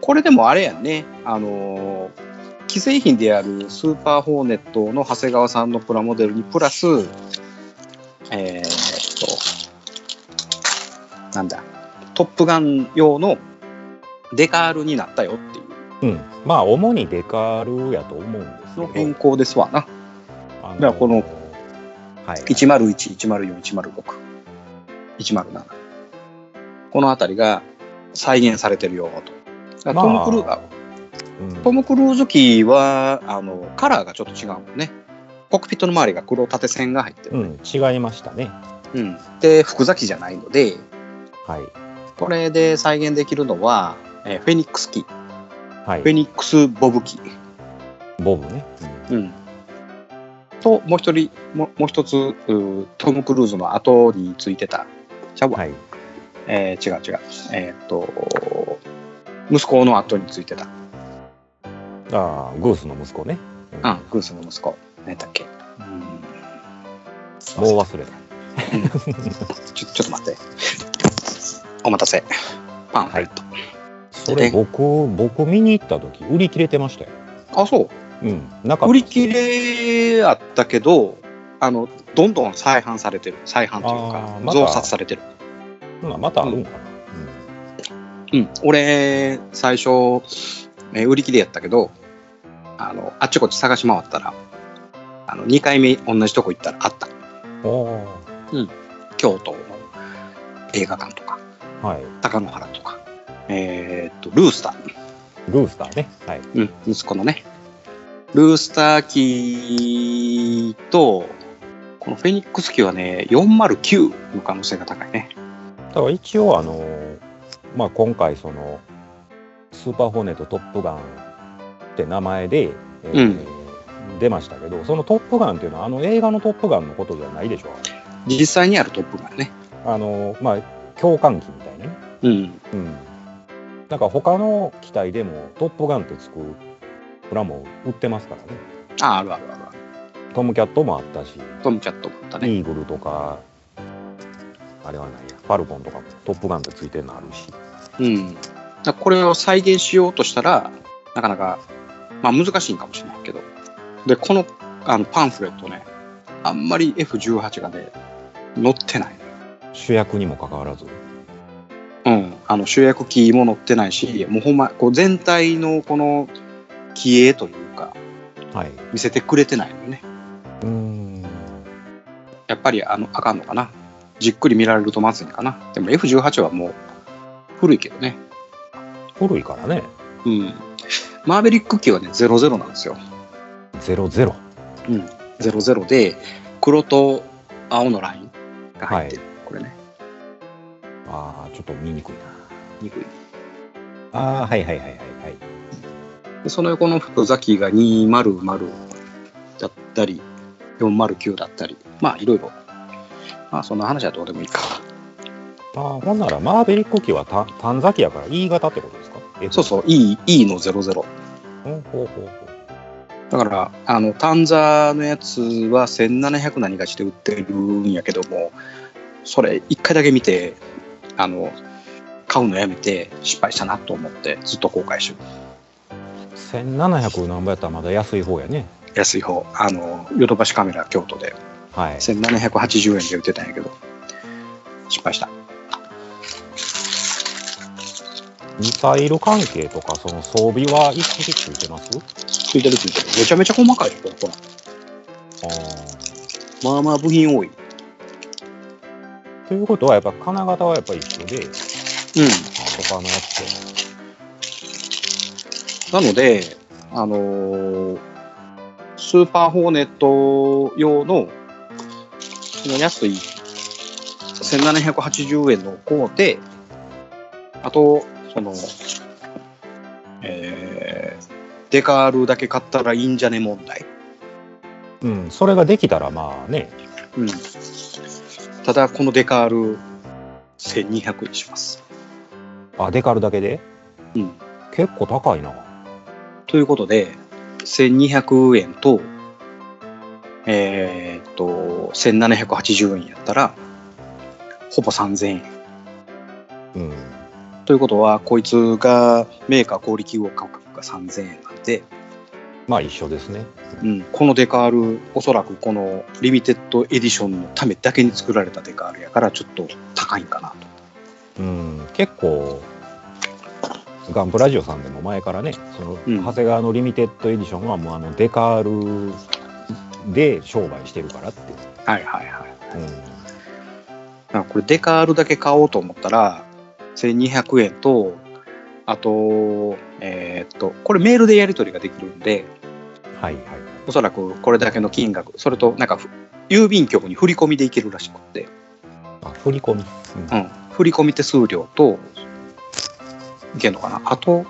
これでもあれやんね、あのー既製品であるスーパーホーネットの長谷川さんのプラモデルにプラス、えーっと、なんだ、トップガン用のデカールになったよっていう
うん。まあ、主にデカールやと思うんですけ
の
ど。
変更ですわな。
あ
だからこの
は
101、
い、
104、106、107。このあたりが再現されてるよと。だからトム・クルー、
まあ
あ
うん
トム・クルーズ機はあのカラーがちょっと違うもんね。コックピットの周りが黒縦線が入ってる。
うん、違いましたね。
うん、で、複座機じゃないので、
はい。
これで再現できるのは、えーフェニックス機、フ
はい
ェ。ニックス・ボブ機、
ボブね。
うん、と、もう一人、ももう一つうートム・クルーズの後についてた、ちゃうわ、
はい。
えー違う違う、えーっと、息子の後についてた、
ああ、グースの息子ね。うん
うん、グースの息子、何だっけ。うん
もう忘れた。
ちょちょっと待って。お待たせ。パンフレット。
そ
で
れ僕、僕見に行った時、売り切れてましたよ。
あ、そ
うん。な
う。
かった
売り切れあったけど、あの、どんどん再販されてる。再販という
あ
か、
ーまた
増刷されてる。
まあまたあるんかな。
うん。俺、最初、ね売り切れやったけど、あの、あっちこっち探し回ったら、あの2回目同じとこ行ったらあった
おー
京都の映画館とか
はい。
高野原とかえーっとルースター、
ルースターね。はい。
うん、息子のねルースター機とこのフェニックス機はね409の可能性が高いね
だから一応あのまあ今回そのスーパーホーネットトップガンって名前で、えー出ましたけど、そのトップガンっていうのはあの映画のトップガンのことじゃないでしょ。
実際にあるトップガンね
あのまあ共感機みたいなね。
うん
うん。なんか他の機体でもトップガンってつくプラモ売ってますからね。
ああるあるあるある
トムキャットもあったし、
トムキャットもあったね、
イーグルとか。あれはないやファルコンとかもトップガンってついてるのあるし、
うん、だからこれを再現しようとしたらなかなか、まあ、難しいんかもしれないけどでこのあのパンフレットねあんまり F18 がね載ってない、
主役にもかかわらず
うん、あの主役機も載ってないしもうほんまこう全体のこの機影というか
はい。
見せてくれてないのよね
うーん。
やっぱりあのあかんのかなじっくり見られるとまずいのかなでも F18 はもう古いけどね
古いからね。
うんマーベリック機はね00なんですよ
ゼロゼロ。
00で黒と青のラインが入ってる、これね
ああ、ちょっと見にくい
憎い
な。ああ、はいはいはいはいはい。
でその横の太ザキが200だったり409だったりまあいろいろまあそんな話はどうでもいいか
ああ、ほんならマーベリック機はた短崎やから E 型ってことですか
そうそう
う。
E, e の00
ほうほうほうほ
だからあのタンザのやつは1700何がちで売ってるんやけどもそれ1回だけ見てあの買うのやめて失敗したなと思ってずっと後悔してる
う。1700何倍やったらまだ安い方やね。
安い方あのヨドバシカメラ京都で
はい。
1780円で売ってたんやけど失敗した
ミサイル関係とかその装備は一式ついてます
ついてるついてるめちゃめちゃ細かいよこれほら
あ
まあまあ部品多い
あ。ということはやっぱ金型はやっぱ一緒で、
うん
他のやつと。
なのであのースーパーホーネット用のその安い1780円の方であとそのえーデカールだけ買ったらいいんじゃね問題
うん、それができたらまあね、
うん、ただこのデカール1200円します、
あ、デカルだけで
うん、
結構高いな。
ということで1200円とえーっと1780円やったらほぼ3000円
うん。
ということはこいつがメーカー小売企業価格が3000円なんで、
まあ一緒ですね。
うん、このデカールおそらくこのリミテッドエディションのためだけに作られたデカールやからちょっと高いんかなと
うん、結構ガンプラジオさんでも前からねその、
うん
長谷川のリミテッドエディションはもうあのデカールで商売してるからって、
はいはいはい
うん、
だからこれデカールだけ買おうと思ったら1200円とあとえーっとこれメールでやり取りができるんで
はいはい
おそらくこれだけの金額それとなんかふ郵便局に振り込みでいけるらしくって、
あ振り込み、
う
うん
ん、振り込み手数料といけんのかなあと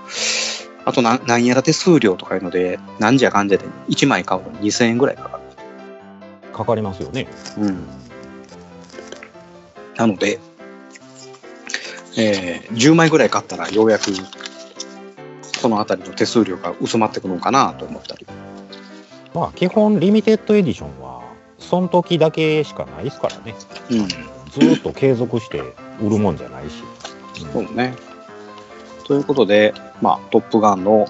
あとな何やら手数料とかいうのでなんじゃかんじゃで1枚買うのに2000円ぐらいかかる、
かかりますよね
うん、なので、えー10枚ぐらい買ったらようやくこの辺りの手数料が薄まってくるのかなと思ったり、
まあ基本リミテッドエディションはその時だけしかないですからね
うん、
ずーっと継続して売るもんじゃないし、う
そ
ん
うね。ということで、まあ、トップガンの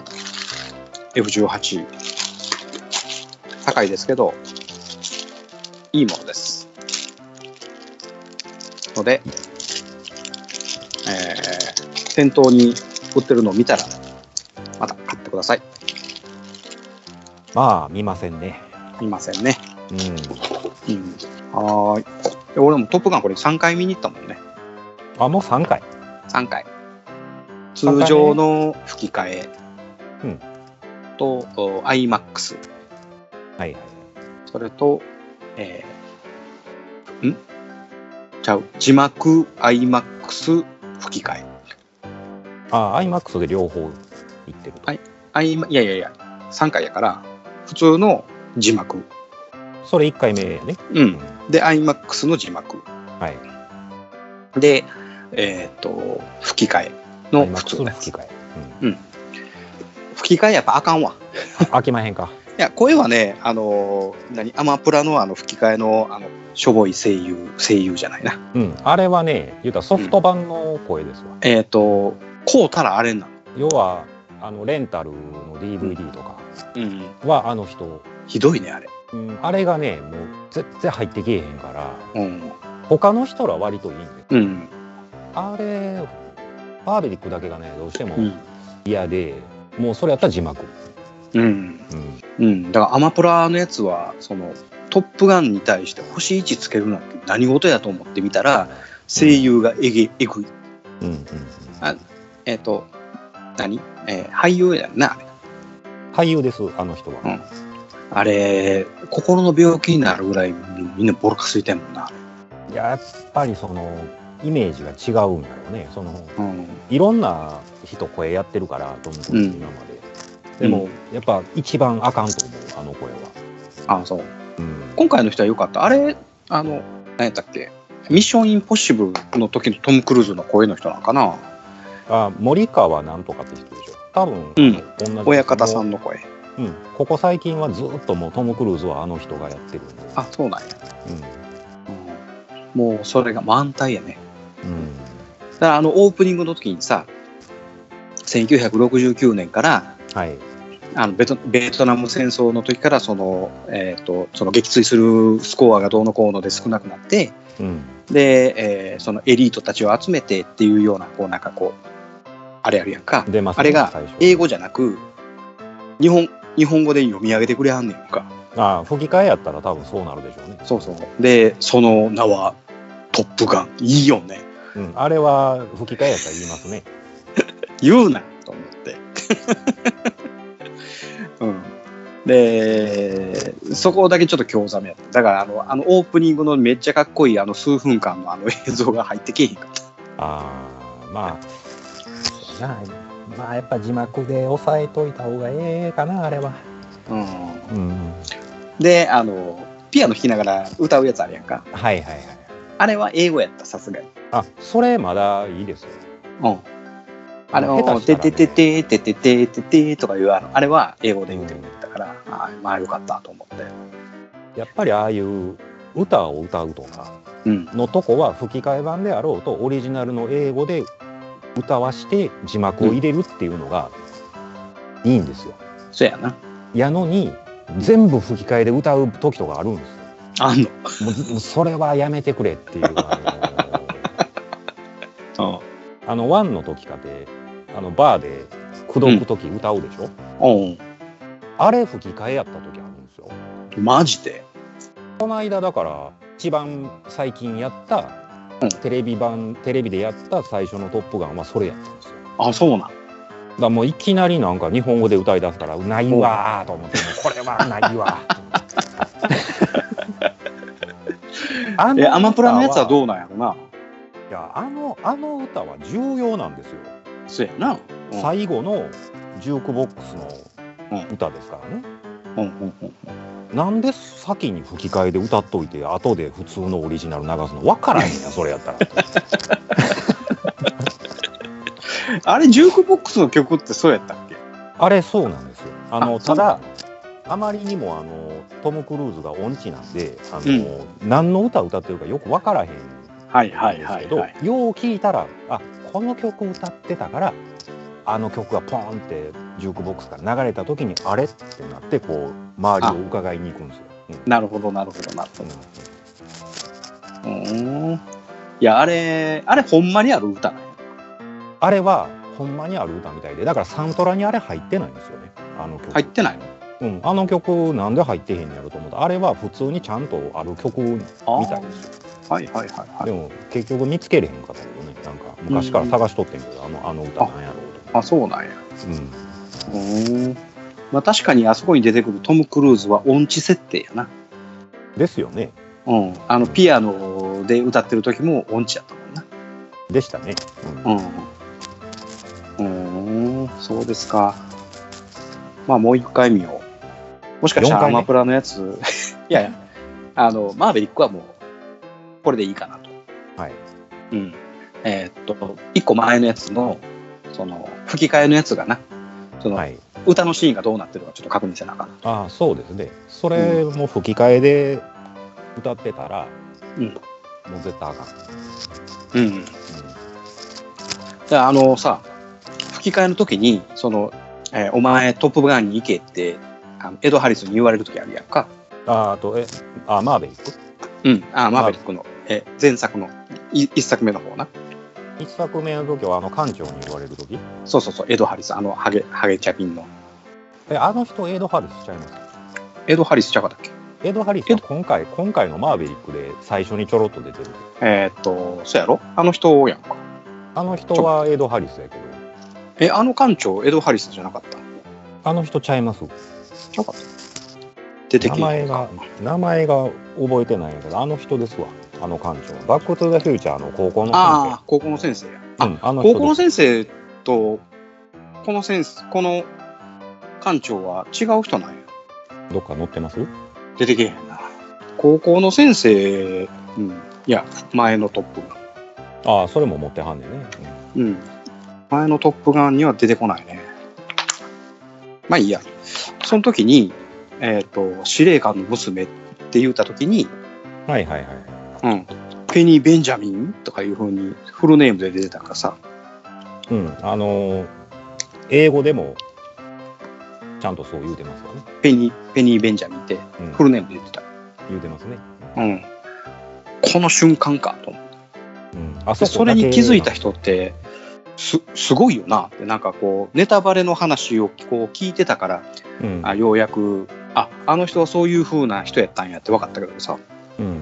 F18、高いですけど、いいものです。ので、えー店頭に売ってるのを見たら、また買ってください。
まあ見ませんね
いませんね。
うん、
うん。はーい。で俺もトップガンこれ3回見に行ったもんね。
あもう3回
3回。通常の吹き替え
うん
と、お IMAX、
はいはい
それと、えー、んちゃう。字幕、IMAX、吹き替え。
あ iMAX で両方行ってると、
はいあいいやいやいや、3回やから、普通の字幕。
それ1回目やね
うん。で、IMAX の字幕。
はい
で、えっ、と、吹き替えの普通の
iMAX の
やつ
吹き替え、
吹き替えやっぱあかんわ。
うん、飽きまへんか
いや、声はね、あのー、何、アマプラのあの吹き替えの、あの、しょぼい声優、声優じゃないな。
うんあれはね言うたらソフト版の声ですわ、
えっ、と、こうたらあれになる。
要はあのレンタルの DVD とか
うん。
はあの人、
ひどいね、あれ。
うん、あれがねもう全然入ってけえへんから
うん。
他の人ら割といいんで
うん。
あれパーベリックだけがねどうしても
うん。
嫌で、もうそれやったら字幕、
うん。
う
う
ん、
ん。だから、アマプラのやつは、その、トップガンに対して星1つけるなんて何事やと思ってみたら、声優がえげ、えぐい。
うんうん
えっ、と、何えー俳優やんな、あれ。
俳優ですあの人は、
うんあれ、心の病気になるぐらいみんなボロカスいてんもんな。
やっぱりそのイメージが違うんだろうねその
うん。
いろんな人声やってるからトム・クルーズ今まで、でも、やっぱ一番あかんと思うあの声は、
あ、そう。
うん、
今回の人は良かった。あれ、あの、何やったっけミッションインポッシブルの時のトム・クルーズの声の人なのかな
あ森川なんとかって人でしょ多分、
うん
同じ
親方さんの声。
もううん、ここ最近はずっともうトム・クルーズはあの人がやってるんで
あ、そうなんや。
う
うんもうそれが満タンやね。
ん
だからあのオープニングの時にさ、1969年から
はい
あのベトベトナム戦争の時からその、えっとその撃墜するスコアがどうのこうので少なくなって、
うん
で、えーそのエリートたちを集めてっていうような、こう、なんかこう、あれあるやんか。
出ますね
あれが
最初
英語じゃなく、日本、日本語で読み上げてくれはんねんか。
ああ吹き替えやったら多分そうなるでしょうね
そうそう。で、その名は、トップガン。いいよね。
う、ん、あれは吹き替えやったら言いますね
言うなと思って。 うん。で、そこだけちょっと興ざめやった。だから、あの、あのオープニングのめっちゃかっこいい、あの数分間のあの 映像が入ってけえへんかった。
ああまあそうやなまあやっぱ字幕で押さえといた方がええかなあれは
うん。
うん
で、あの、ピアノ弾きながら歌うやつあるやんか。
はいはいはい
あれは英語やった、さすがに。
あそれまだいいですよ
うん。あ
下手
の、
した
て
らね
ててててててててとかいう、あの、あれは英語で言うてくれたから、あまあよかったと思って。
やっぱりああいう歌を歌うとか
うん。
のとこは吹き替え版であろうとオリジナルの英語で歌わして字幕を入れるっていうのがいいんですよ。
そうやな。
やのに全部吹き替えで歌う時とかあるんです
あんの。
よ。もうもうそれはやめてくれっていうあ
うん。
の あのワンの時かてあのバーで口説く時歌うでしょ、
お
あれ吹き替えやった時あるんですよ。
うん。マジで。
この間だから一番最近やった
うん
テレビ版テレビでやった最初の「トップガン」はそれやったんですよ。
あ、そうなん。
だからもういきなりなんか日本語で歌い出したらないわーと 思ってもうこれはないわーあ
え、アマプラのやつはど
う
うなんやろな。
いやあのあの歌は重要なんですよ、
そうやな。うん
最後のジュークボックスの歌ですからね、
うんうんうん。
なんで先に吹き替えで歌っといて後で普通のオリジナル流すのわから へんやんそれやったら
あれ、ジュークボックスの曲ってそうやったっけ
あれそうなんですよあの
あそ
た
うな
だあまりにもあのトム・クルーズが音痴なんであの、何の歌歌ってるかよくわからへん
はいは
ん
い
です
はい
けど、
はい。
よう聞いたらあこの曲歌ってたからあの曲がポーンってジュークボックスから流れた時にあれってなってこう周りを伺いに行くんですよ。
なるほど、なるほど、なる
う
ほ
ん
ど。うーん。いや、あれ、あれ、ほんまにある歌なんや
あれはほんまにある歌みたいでだからサントラにあれ入ってないんですよねあの曲。
入ってないの
うん、あの曲なんで入ってへんのやろと思ったあれは普通にちゃんとある曲み
あ
た
ー
いですよ
はいはいはいは
で
い。
も結局見つけれへんかったけどねなんか昔から探しとってんけど、あのあの歌なんやろう
あ、そうなんや。
と、うん、
うーん。まあ確かにあそこに出てくるトム・クルーズは音痴設定やな。
ですよね
うん。あの、ピアノで歌ってる時も音痴やったもんな。
でしたね、うん
うん。うーん、そうですか。まあ、もう一回見よう。もしかしたらア
四回目
マプラのやつ、 いやいや、あの、マーベリックはもう、これでいいかなと。
はい
うん。えーっと、一個前のやつの、その、吹き替えのやつがな、その、
はい
歌のシーンがどうなってるかちょっと確認せなあかんな。
ああそうですねそれも吹き替えで歌ってたら、
うん
もう絶対あか
う
ん、
ん。で、あのさ、吹き替えの時に、その、えーお前、トップガンに行けって、あのエド・ハリスに言われる時あるやんか。
ああとえあマーベリック
うん、あマーベリックの、え前作のい一作目の方な
一作目の時はあの館長に言われる時
そうそうそうエド・ハリスあのハゲハゲチャピンの
えあの人エイド・ハリスちゃいます
エド・ハリスちゃうかったっけ
エイド・ハリスは今回今回のマーベリックで最初にちょろっと出てる
えーっとそうやろあの人やんか
あの人はエイド・ハリスやけど
えあの館長エド・ハリスじゃなかった
あの人ちゃいます
ちゃうかった出て
名
きて
前が名前が覚えてないんやけどあの人ですわあの館長バック・トゥ・ザ・フューチャーの高校の
ああ高校の先生やあ、
うん、あの
高
人です
校の先生とこの先生この館長は違う人なんや
どっか載ってます
出てけえへんな高校の先生、うん、いや前のトップガン
ああそれも持ってはんねんね、
うん。前のトップガンには出てこないね。まあいいや。その時に、えっ、と、司令官の娘って言った時に、
うんはいはいはい
うん。ペニー・ベンジャミンとかいう風にフルネームで出てたからさ。
うん、あのー英語でもちゃんとそう言うてますわね、
ペニー、ペニー・ベンジャミンって
うん
フルネームで出てた。
言うてますね、
うん。この瞬間かと思って
うん、あ
で
こ
それに気づいた人って、す、すごいよなって、なんかこう、ネタバレの話をこう聞いてたから、
うん、
あようやく、あ、あの人はそういう風な人やったんやって分かったけどさ。
うん、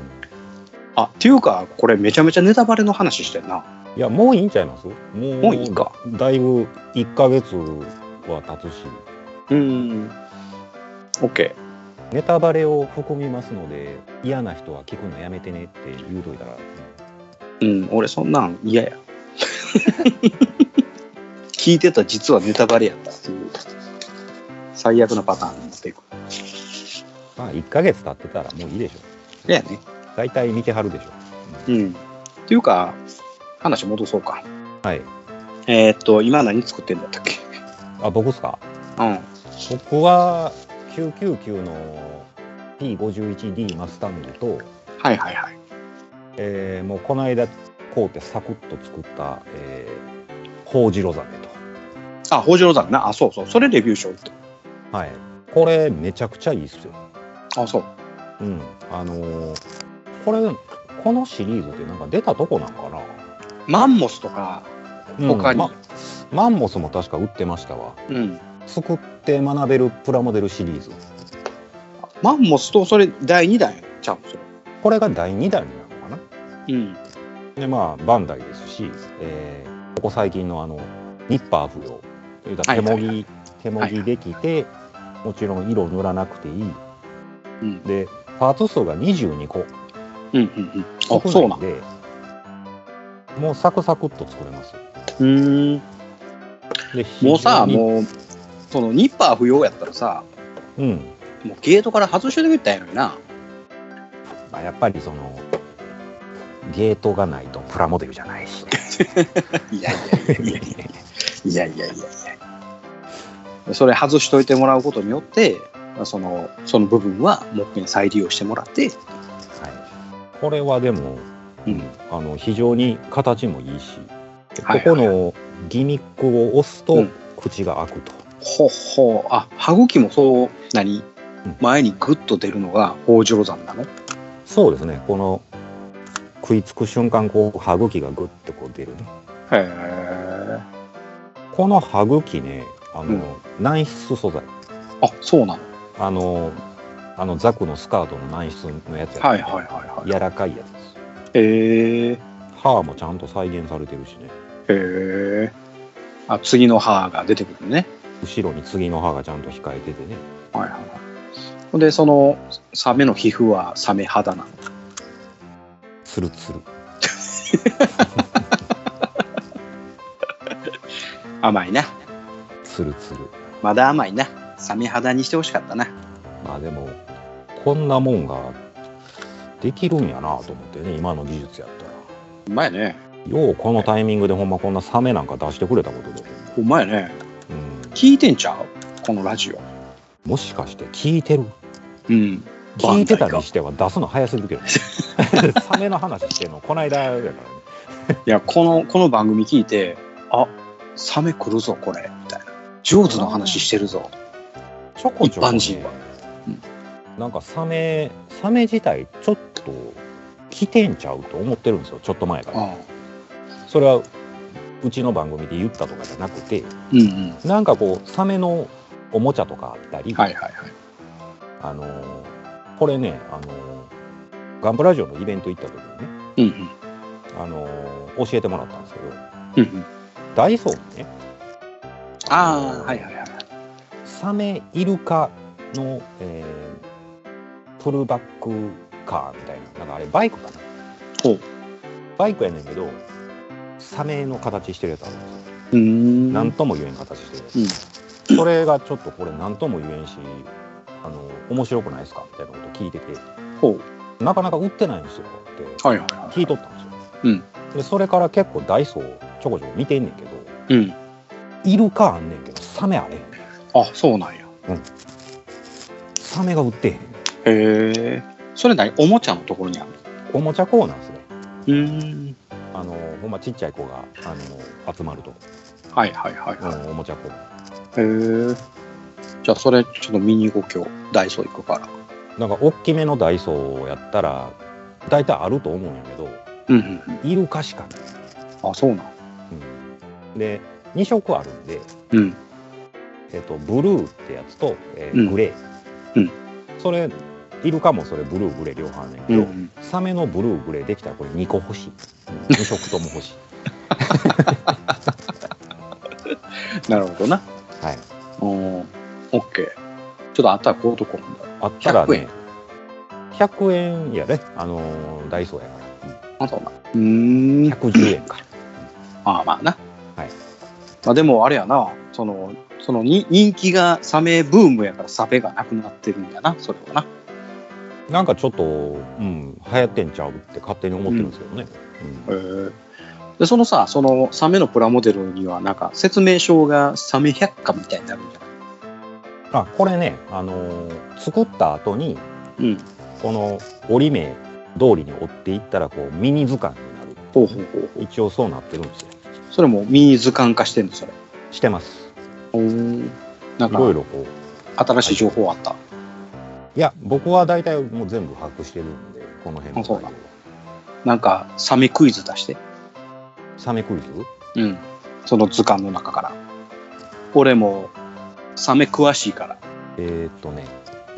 あっていうかこれめちゃめちゃネタバレの話してんない
やもういいんちゃいますもう
もういいか
だいぶ1か月は経つし
うーん OK
ネタバレを含みますので嫌な人は聞くのやめてねって言うといたら、
うん俺そんなん嫌や 聞いてた実はネタバレやったっていう最悪なパターンに持っていく
まあ1か月経ってたらもういいでしょ
だよね
大体見てはるでしょ
うんっていうか話戻そうか
はい
えー、っと今何作ってんだったっけ
あ僕っすか
うん
僕は999の P51D マスタングと、
はいはいはい
えーもうこの間こうてサクッと作った、えー、ホウジロザメと、
あ北条さんなあそうそうそれレビューしようって
はい、これめちゃくちゃいいっすよ、
あそう
うんあのーこれこのシリーズってなんか出たとこなんかな
マンモスとか他に
うんまマンモスも確か売ってましたわ
うん
作って学べるプラモデルシリーズ
マンモスとそれ第2弾やちゃうんそれ
これが第2弾になるのかな
うん
でまあバンダイですし、えーここ最近のあのニッパー不要というか
はい
手
はいは
も
い
ぎ手もぎできて、もちろん色塗らなくていい
うん
でパーツ数が22個
うんうんうんあ
少
そう
な
ないん
んでもうサクサクっと作れますよ
うーん
で
もうさ、
非常に
もう、そのニッパー不要やったらさ、
うん
もうゲートから外してくれたらええのにな。
まあ、やっぱりそのゲートがないとプラモデルじゃないし
いやいやいやいやいやいやいやいやいやそれ外しといてもらうことによって、その、その部分はもっぺん再利用してもらって、
はい、これはでも、
う
うんん、あの非常に形もいいし、で
はいはい
ここのギミックを押すと、
うん
口が開くと、
ほっほう、あ、歯茎もそう、何
うん
前にグッと出るのが北条山なの
そうですねこの食いつく瞬間こう歯茎がグッとこう出るね
へえ。
この歯茎ねあの、
うん
軟質素材、
あ、そうなの
あのあのザクのスカートの軟質のやつや、
はいはいはいはい。
柔らかいやつです
えー、
歯もちゃんと再現されてるしね
えー。あ、次の歯が出てくるね。
後ろに次の歯がちゃんと控えててね
はいはいはい。ほんで、その、サメの皮膚はサメ肌なの。
ツルツル
甘いな。
ツルツル
まだ甘いな。サメ肌にしてほしかったな。
まあでもこんなもんができるんやなと思ってね今の技術やったら
うまいね。
ようこのタイミングでほんまこんなサメなんか出してくれたことで、
うまいね。
うん、
聞いてんちゃうこのラジオ。
もしかして聞いてる
うん。バ
聞
ン
い
ダ
て
イか
たにしては出すの早すぎるけ どねサメの話してんのこないだやからね
いや、この、この番組聞いて、あ、サメ来るぞ、これ。みたいな。上手の話してるぞ。
ちょこちょこ、
一般
ね、
人はうん
なんかサメサメ自体ちょっと来てんちゃうと思ってるんですよちょっと前からそれはうちの番組で言ったとかじゃなくて
うん。うんうん。
なんかこうサメのおもちゃとかあったり、
はいはいはい。
あのーこれね、あのーガンプラジオのイベント行った時にね、
うんうん。
あのー教えてもらったんですけど
うんうん、
ダイソーにね
ああ、はいはいはい。
サメイルカの、えープルバックカーみたいななんかあれバイクかな
ほう。
バイクやねんけどサメの形してるやつあるんですよ
うーん。
何とも言えん形してる、
うん
それがちょっとこれ何とも言えんしあの面白くないですかみたいなこと聞いてて
ほう。
なかなか売ってないんですよって
はいはいは
聞いとったんですよ、
うん
でそれから結構ダイソーちょこちょこ見てんねんけど
い。うん。
イルカあんねんけどサメあれへん
あ、そうなんや。
サメが売ってへん
へえ。それ何おもちゃのところにある
おもちゃコーナーですね
うーん。
あのほんまちっちゃい子があの集まるとこ、
はいはいはいは
うんおもちゃコーナー
い。へえ。じゃあそれちょっと見に行こう今日。ダイソー行くから。
なんか大きめのダイソーやったら大体あると思うんやけど
うんうんうん。
イルカしかない
あ、そうなん。
うんで2色あるんで、
うん。
えっとブルーってやつと、えー
うん
グレ
う
ー、
ん
それイルカもそれブルーグレー両方あんねんけ
う
ど、
ん。
サメのブルーグレーできたらこれ2個欲しい2色とも欲しい
なるほどな。
はい
うん。オッケー。ちょっとあったらこうとこう
あったらね100円やねあのーダイソーやか
あ、そうなん。うーん
ら。110円か
ああまあな。
はい。
まあでもあれやな、その、そのに人気がサメブームやからサメがなくなってるんやな、それはな。
なんかちょっと、うん、流行ってんちゃうって勝手に思ってるんですけどね、うん
で、そのさ、そのサメのプラモデルにはなんか説明書がサメ百科みたいになるんじゃない
あこれね、あのー作った後に
うん。
この折り目通りに折っていったらこうミニ図鑑になる
ほうほうほうほう。
一応そうなってるんですよ
それもミニ図鑑化してんの、それ。
してます
おーなん
いろい
か、
ろこう
新しい情報あった。
いや僕は大体もう全部把握してるんでこの辺の
あそうだ
内
なんか、サメクイズ出して。
容サメクイズ
うん。その図鑑の中から。俺も、サメ詳しいから。
えー、っとね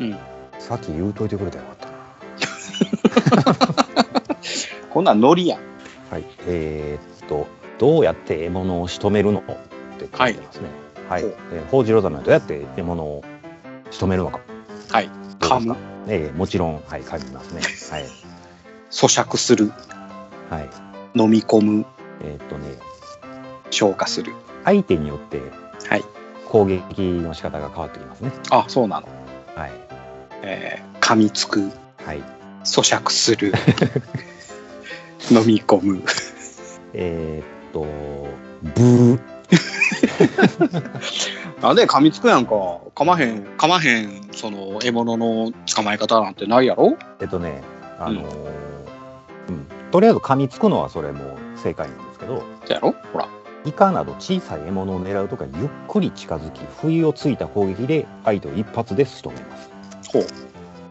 うん。
さっき言うといてくれたらよかったな
こんなんノリやん。
はいえー、っとどうやって獲物を仕留めるのって書いてますねはい、
ほ
え
う
ーホウジロザメはどうやって獲物を仕留めるのか
はい。噛む。
えーもちろんはい書いてますね
咀嚼する。
はいはい
飲み込む。
えー、っとね
消化する。
相手によって
はい
攻撃の仕方が変わってきますね。
あ、そうなの。
はい。
えー噛みつく。
はい。
咀嚼する 飲み込む
えーっと、ブー。
なんで噛みつくやんか噛まへん噛まへんその獲物の捕まえ方なんてないやろ
えっとね、あのーうんとりあえず噛みつくのはそれも正解なんですけど、
そやろほら
イカなど小さい獲物を狙うとかゆっくり近づき、不意をついた攻撃で相手を一発で仕留めます。
ほう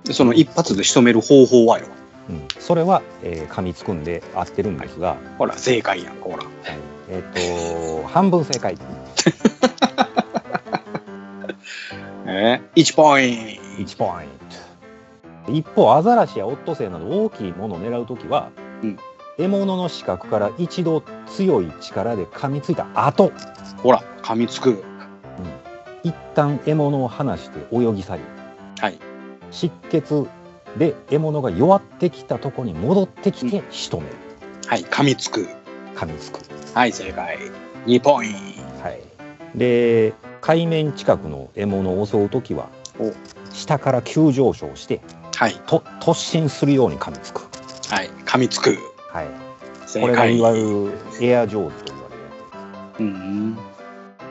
でその一発で仕留める方法はよ
うん、それは、えー噛みつくんで合ってるんですが、
ほら正解やんかほら
はいえーっと、半分正解。
えー、1ポイン
1ポイント一方アザラシやオットセイなど大きいものを狙う時は、
うん
獲物の視覚から一度強い力で噛みついた後
ほら、噛みつく。
一旦獲物を離して泳ぎ去り
はい。
失血で獲物が弱ってきたとこに戻ってきて仕留める
はい、噛みつく。
噛みつく
はい、正解。2ポイン
はい、で海面近くの獲物を襲う時は
お
下から急上昇して
ト。はい、
と突進するように噛みつく、
はい、噛みつく。
はい、
正解。
これがいわゆるエア上手と言われる
うん。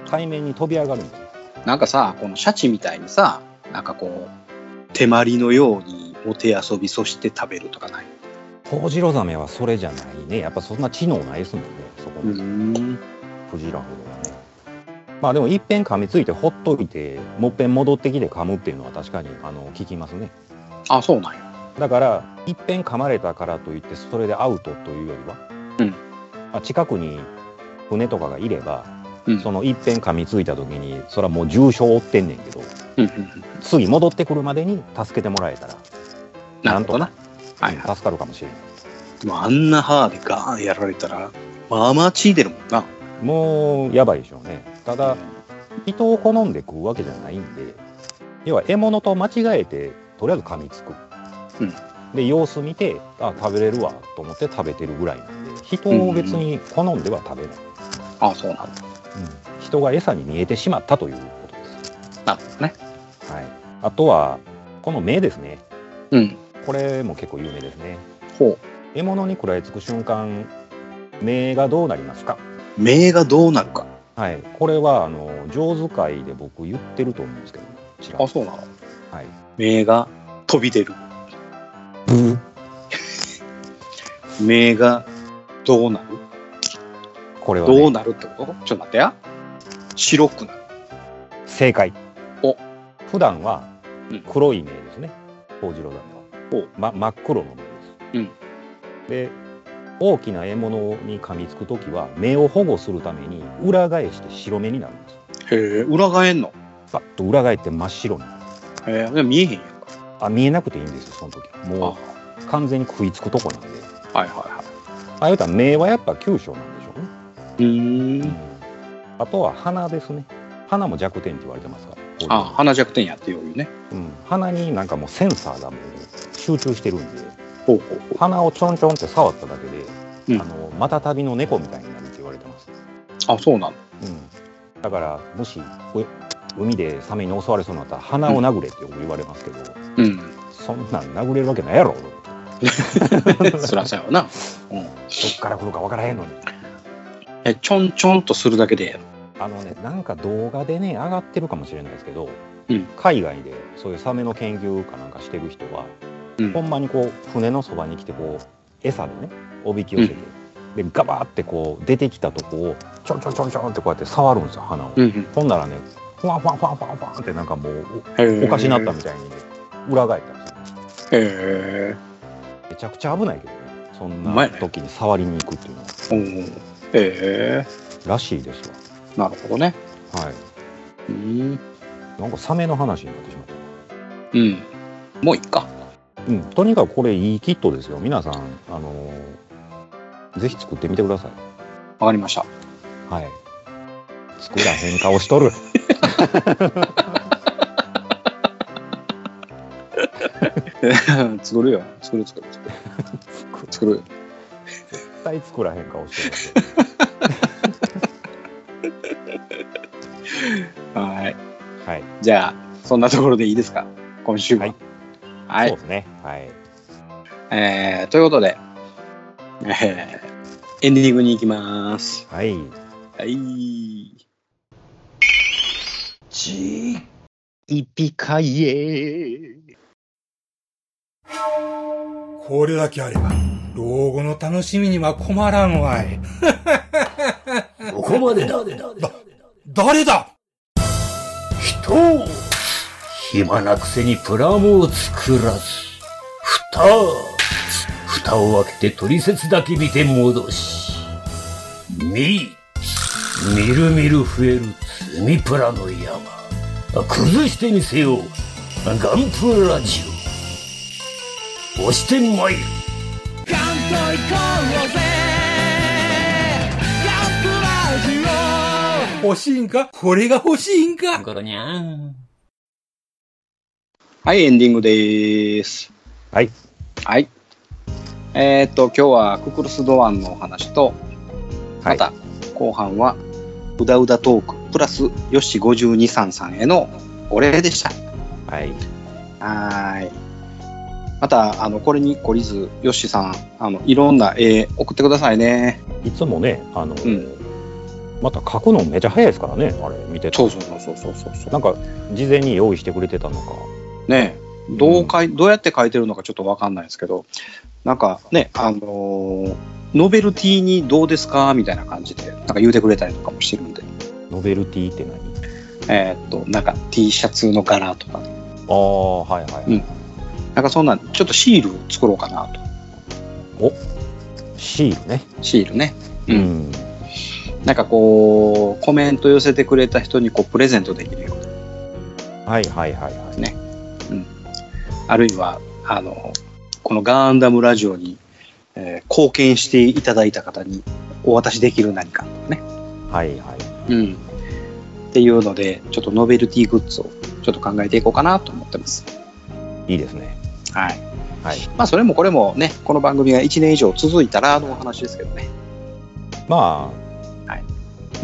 海面に飛び上がるんです
なんかさ、このシャチみたいにさ、なんかこう、手まりのようにお手遊び、そして食べるとかない。
ホウジロザメはそれじゃないねやっぱそんな知能ないですもんねそこの
ん。
クジラほどはね、まあでもいっぺん噛みついてほっといてもっぺん戻ってきて噛むっていうのは確かにあの聞きますね
あ、そうなんや。
だからいっぺん噛まれたからといってそれでアウトというよりは、
うん
まあ、近くに船とかがいれば、
うん
そのいっぺん噛みついた時にそれはもう重傷を負ってんねんけど
うんうんうん。
次戻ってくるまでに助けてもらえたら
なるほどな。はい
うん
は
助かるかもしれない
い。もうあんな歯でガーンやられたら、まあまあ血出るもんな。
もうやばいでしょうねただ人を好んで食うわけじゃないんで要は獲物と間違えてとりあえず噛みつく、
うん
で様子見てあ食べれるわと思って食べてるぐらいなんで人を別に好んでは食べない、
あ、そうなんだ。
人が餌に見えてしまったということで
なるほどね。
す、はい、あとはこの目ですね
うん。
これも結構有名ですね
ほ
獲物に食らいつく瞬間目がどうなりますか
う。目がどうなるか。
はい、これはあの上手会で僕言ってると思うんですけど、ね、ちらっ
あ、
と
そうなの。
はい、
目が飛び出る。目がどうなる
これは、ね、
どうなるってことちょっと待ってや。白くなる。
正解
お
普段は
うん
黒い目ですねホウジロザメは、ま、真っ黒の目です、
うん
で大きな獲物に噛みつく時は目を保護するために裏返して白目になるんです
へえ、裏返んの。
バッと裏返って真っ白になる
へえ、でも見えへんやんか。
あ見えなくていいんですよその時も
あ
う完全に食いつくとこなんで
はいはいは
ああいうたら目はやっぱ急所なんでしょうね、
い。うー
うん
ん。
あとは鼻ですね鼻も弱点って言われてますからホウジロザ
あ、
メ
鼻弱点やってようよね。
うん、鼻になんかもうセンサーがもう集中してるんで
ほうほうほう。
鼻をちょんちょんって触っただけで、
うん
あのまた旅の猫みたいになるって言われてます、
あ、そうなの。
うん、だからもしう海でサメに襲われそうになったら鼻を殴れってよく言われますけど、
うん。
そんなん殴れるわけないやろ
そらそうやわな。うん。
どっから来るか分からへんのに
え、ちょんちょんとするだけで。
あのねなんか動画でね上がってるかもしれないですけど、
うん
海外でそういうサメの研究かなんかしてる人は、
うん
ほんまにこう船のそばに来てこう餌でねおびき寄せて、でガバーってこう出てきたとこをちょんちょんちょんちょんってこうやって触るんですよ鼻を、
うんうん。
ほんならねフワンフワンフワンフワンフワンってなんかもう
へえ
おおかしなったみたいにね裏返ったんですよ
へえ。
めちゃくちゃ危ないけどねそん
うま
ない
ね
時に触りに行くっていうのは
うん。へえ。
らしいです
なるほどね。
わはい
うん。
なんかサメの話になってしまった
うん。もういっか。
うん、とにかくこれいいキットですよ皆さんあのーぜひ作ってみてください
わかりました。
はい作らへん顔しとる
作るよ。作る作る作る。作る。
絶対作らへん顔しとる
はい。
はい、
じゃあ、そんなところでいいですか今週は。
はい
はい。
そうですねはい
えーということで、えーエンディングに行きます。
はい
はい。
ちー
一匹海へ。
これだけあれば老後の楽しみには困らんわい
ここま でだ。
誰だ
人を暇なくせにプラモを作らず、蓋を、蓋を開けて取説だけ見て戻し、見、みるみる増える積みプラの山。崩してみせよう。ガンプラジオ押してまいる
欲しいんかこれが欲しいんか
ゴロニャン
はい、エンディングです。
はい。
はい。えーっと、今日はククルス・ドアンのお話と、
は
ま
い
た後半は、うだうだトーク、プラス、ヨッシ52さんさんへのお礼でした。
はい。
はーい。また、あの、これに懲りず、ヨッシさん、あの、いろんな絵送ってくださいね。
いつもね、あの、
うん
また書くのめちゃ早いですからね、あれ見てて
そうそうそうそうそうそうそう。
なんか事前に用意してくれてたのか。
ねどうかい、どうやって書いてるのかちょっとわかんないですけど、なんかね、あのーノベルティにどうですかみたいな感じで、なんか言うてくれたりとかもしてるんで、
ノベルティって何
えーっと、なんか T シャツの柄とか、
ああ、はいはい、はい
なんかそんな、ちょっとシール作ろうかなと。
シールね。
シールね。うん
ん。
なんかこう、コメント寄せてくれた人にこう、プレゼントできるような。
はいはいはいはい。
ねあるいは、あの、このガンダムラジオに、えー貢献していただいた方にお渡しできる何かとかね。
はいはい。
うん。っていうので、ちょっとノベルティグッズをちょっと考えていこうかなと思ってます。
いいですね。
はい。
はい。
まあ、それもこれもね、この番組が1年以上続いたらのお話ですけどね。
まあ、
はい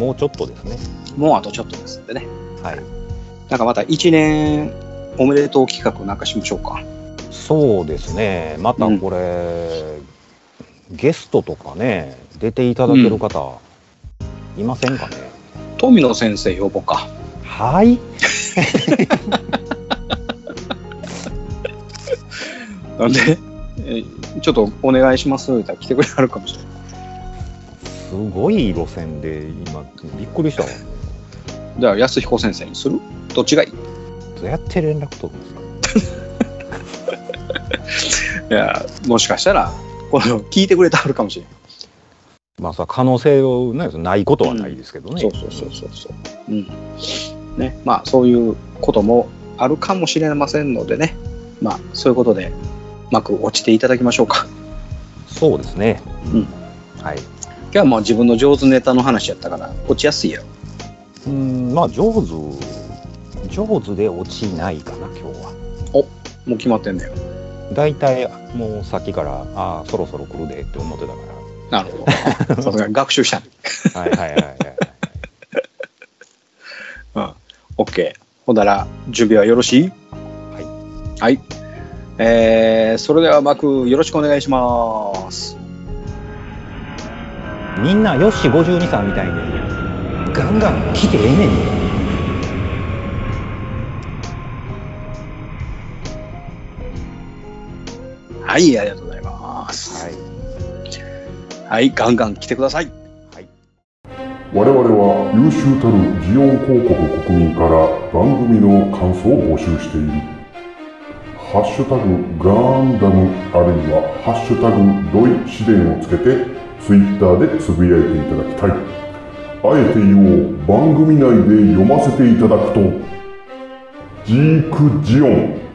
もうちょっとですね。
もうあとちょっとですんでね。
はい。
なんかまた1年おめでとう企画なんかしましょうか。
そうですね。またこれ、ゲストとかね、出ていただける方、いませんかね。
富野先生呼ぼうか。
はい。
なんで、えちょっとお願いしますみたいな来てくれはるかもしれない。
すごい路線で、今、びっくりしたわ。
じゃあ、安彦先生にするどっちがいい
どうやって連絡取るんですか
いや、もしかしたら、この、聞いてくれてはるかもしれない。
まあ、それは可能性をないですないことはないですけどね。
そうそうそうそうそう。うん。ね、まあそういうこともあるかもしれませんのでね、まあそういうことでうまく落ちていただきましょうか。
そうですね。
うん
はい。
今日はもう自分の上手ネタの話やったから落ちやすいよ。
うん、まあ、上手、上手で落ちないかな、今日は。
もう決まってんだよ。
大体、もうさっきから、ああ、そろそろ来るでって思ってたか
なるほ ど。さすがに学習したね。
ら。はいはいはいはい。
うん。OK。ほんなら準備はよろしいはい。はい。えー、それではマクよろしくお願いします。
みんな、よし52さんみたいに、ガンガン来てええねんで。
はい、ありがとうございます。
はい。
はい、ガンガン来てください。
我々は優秀たる祇園広告国民から番組の感想を募集している「ハッシュタグガンダム」あるいは「ハッシュタグドイ試練」をつけてツイッターでつぶやいていただきたいあえて言おう番組内で読ませていただくとジークジオン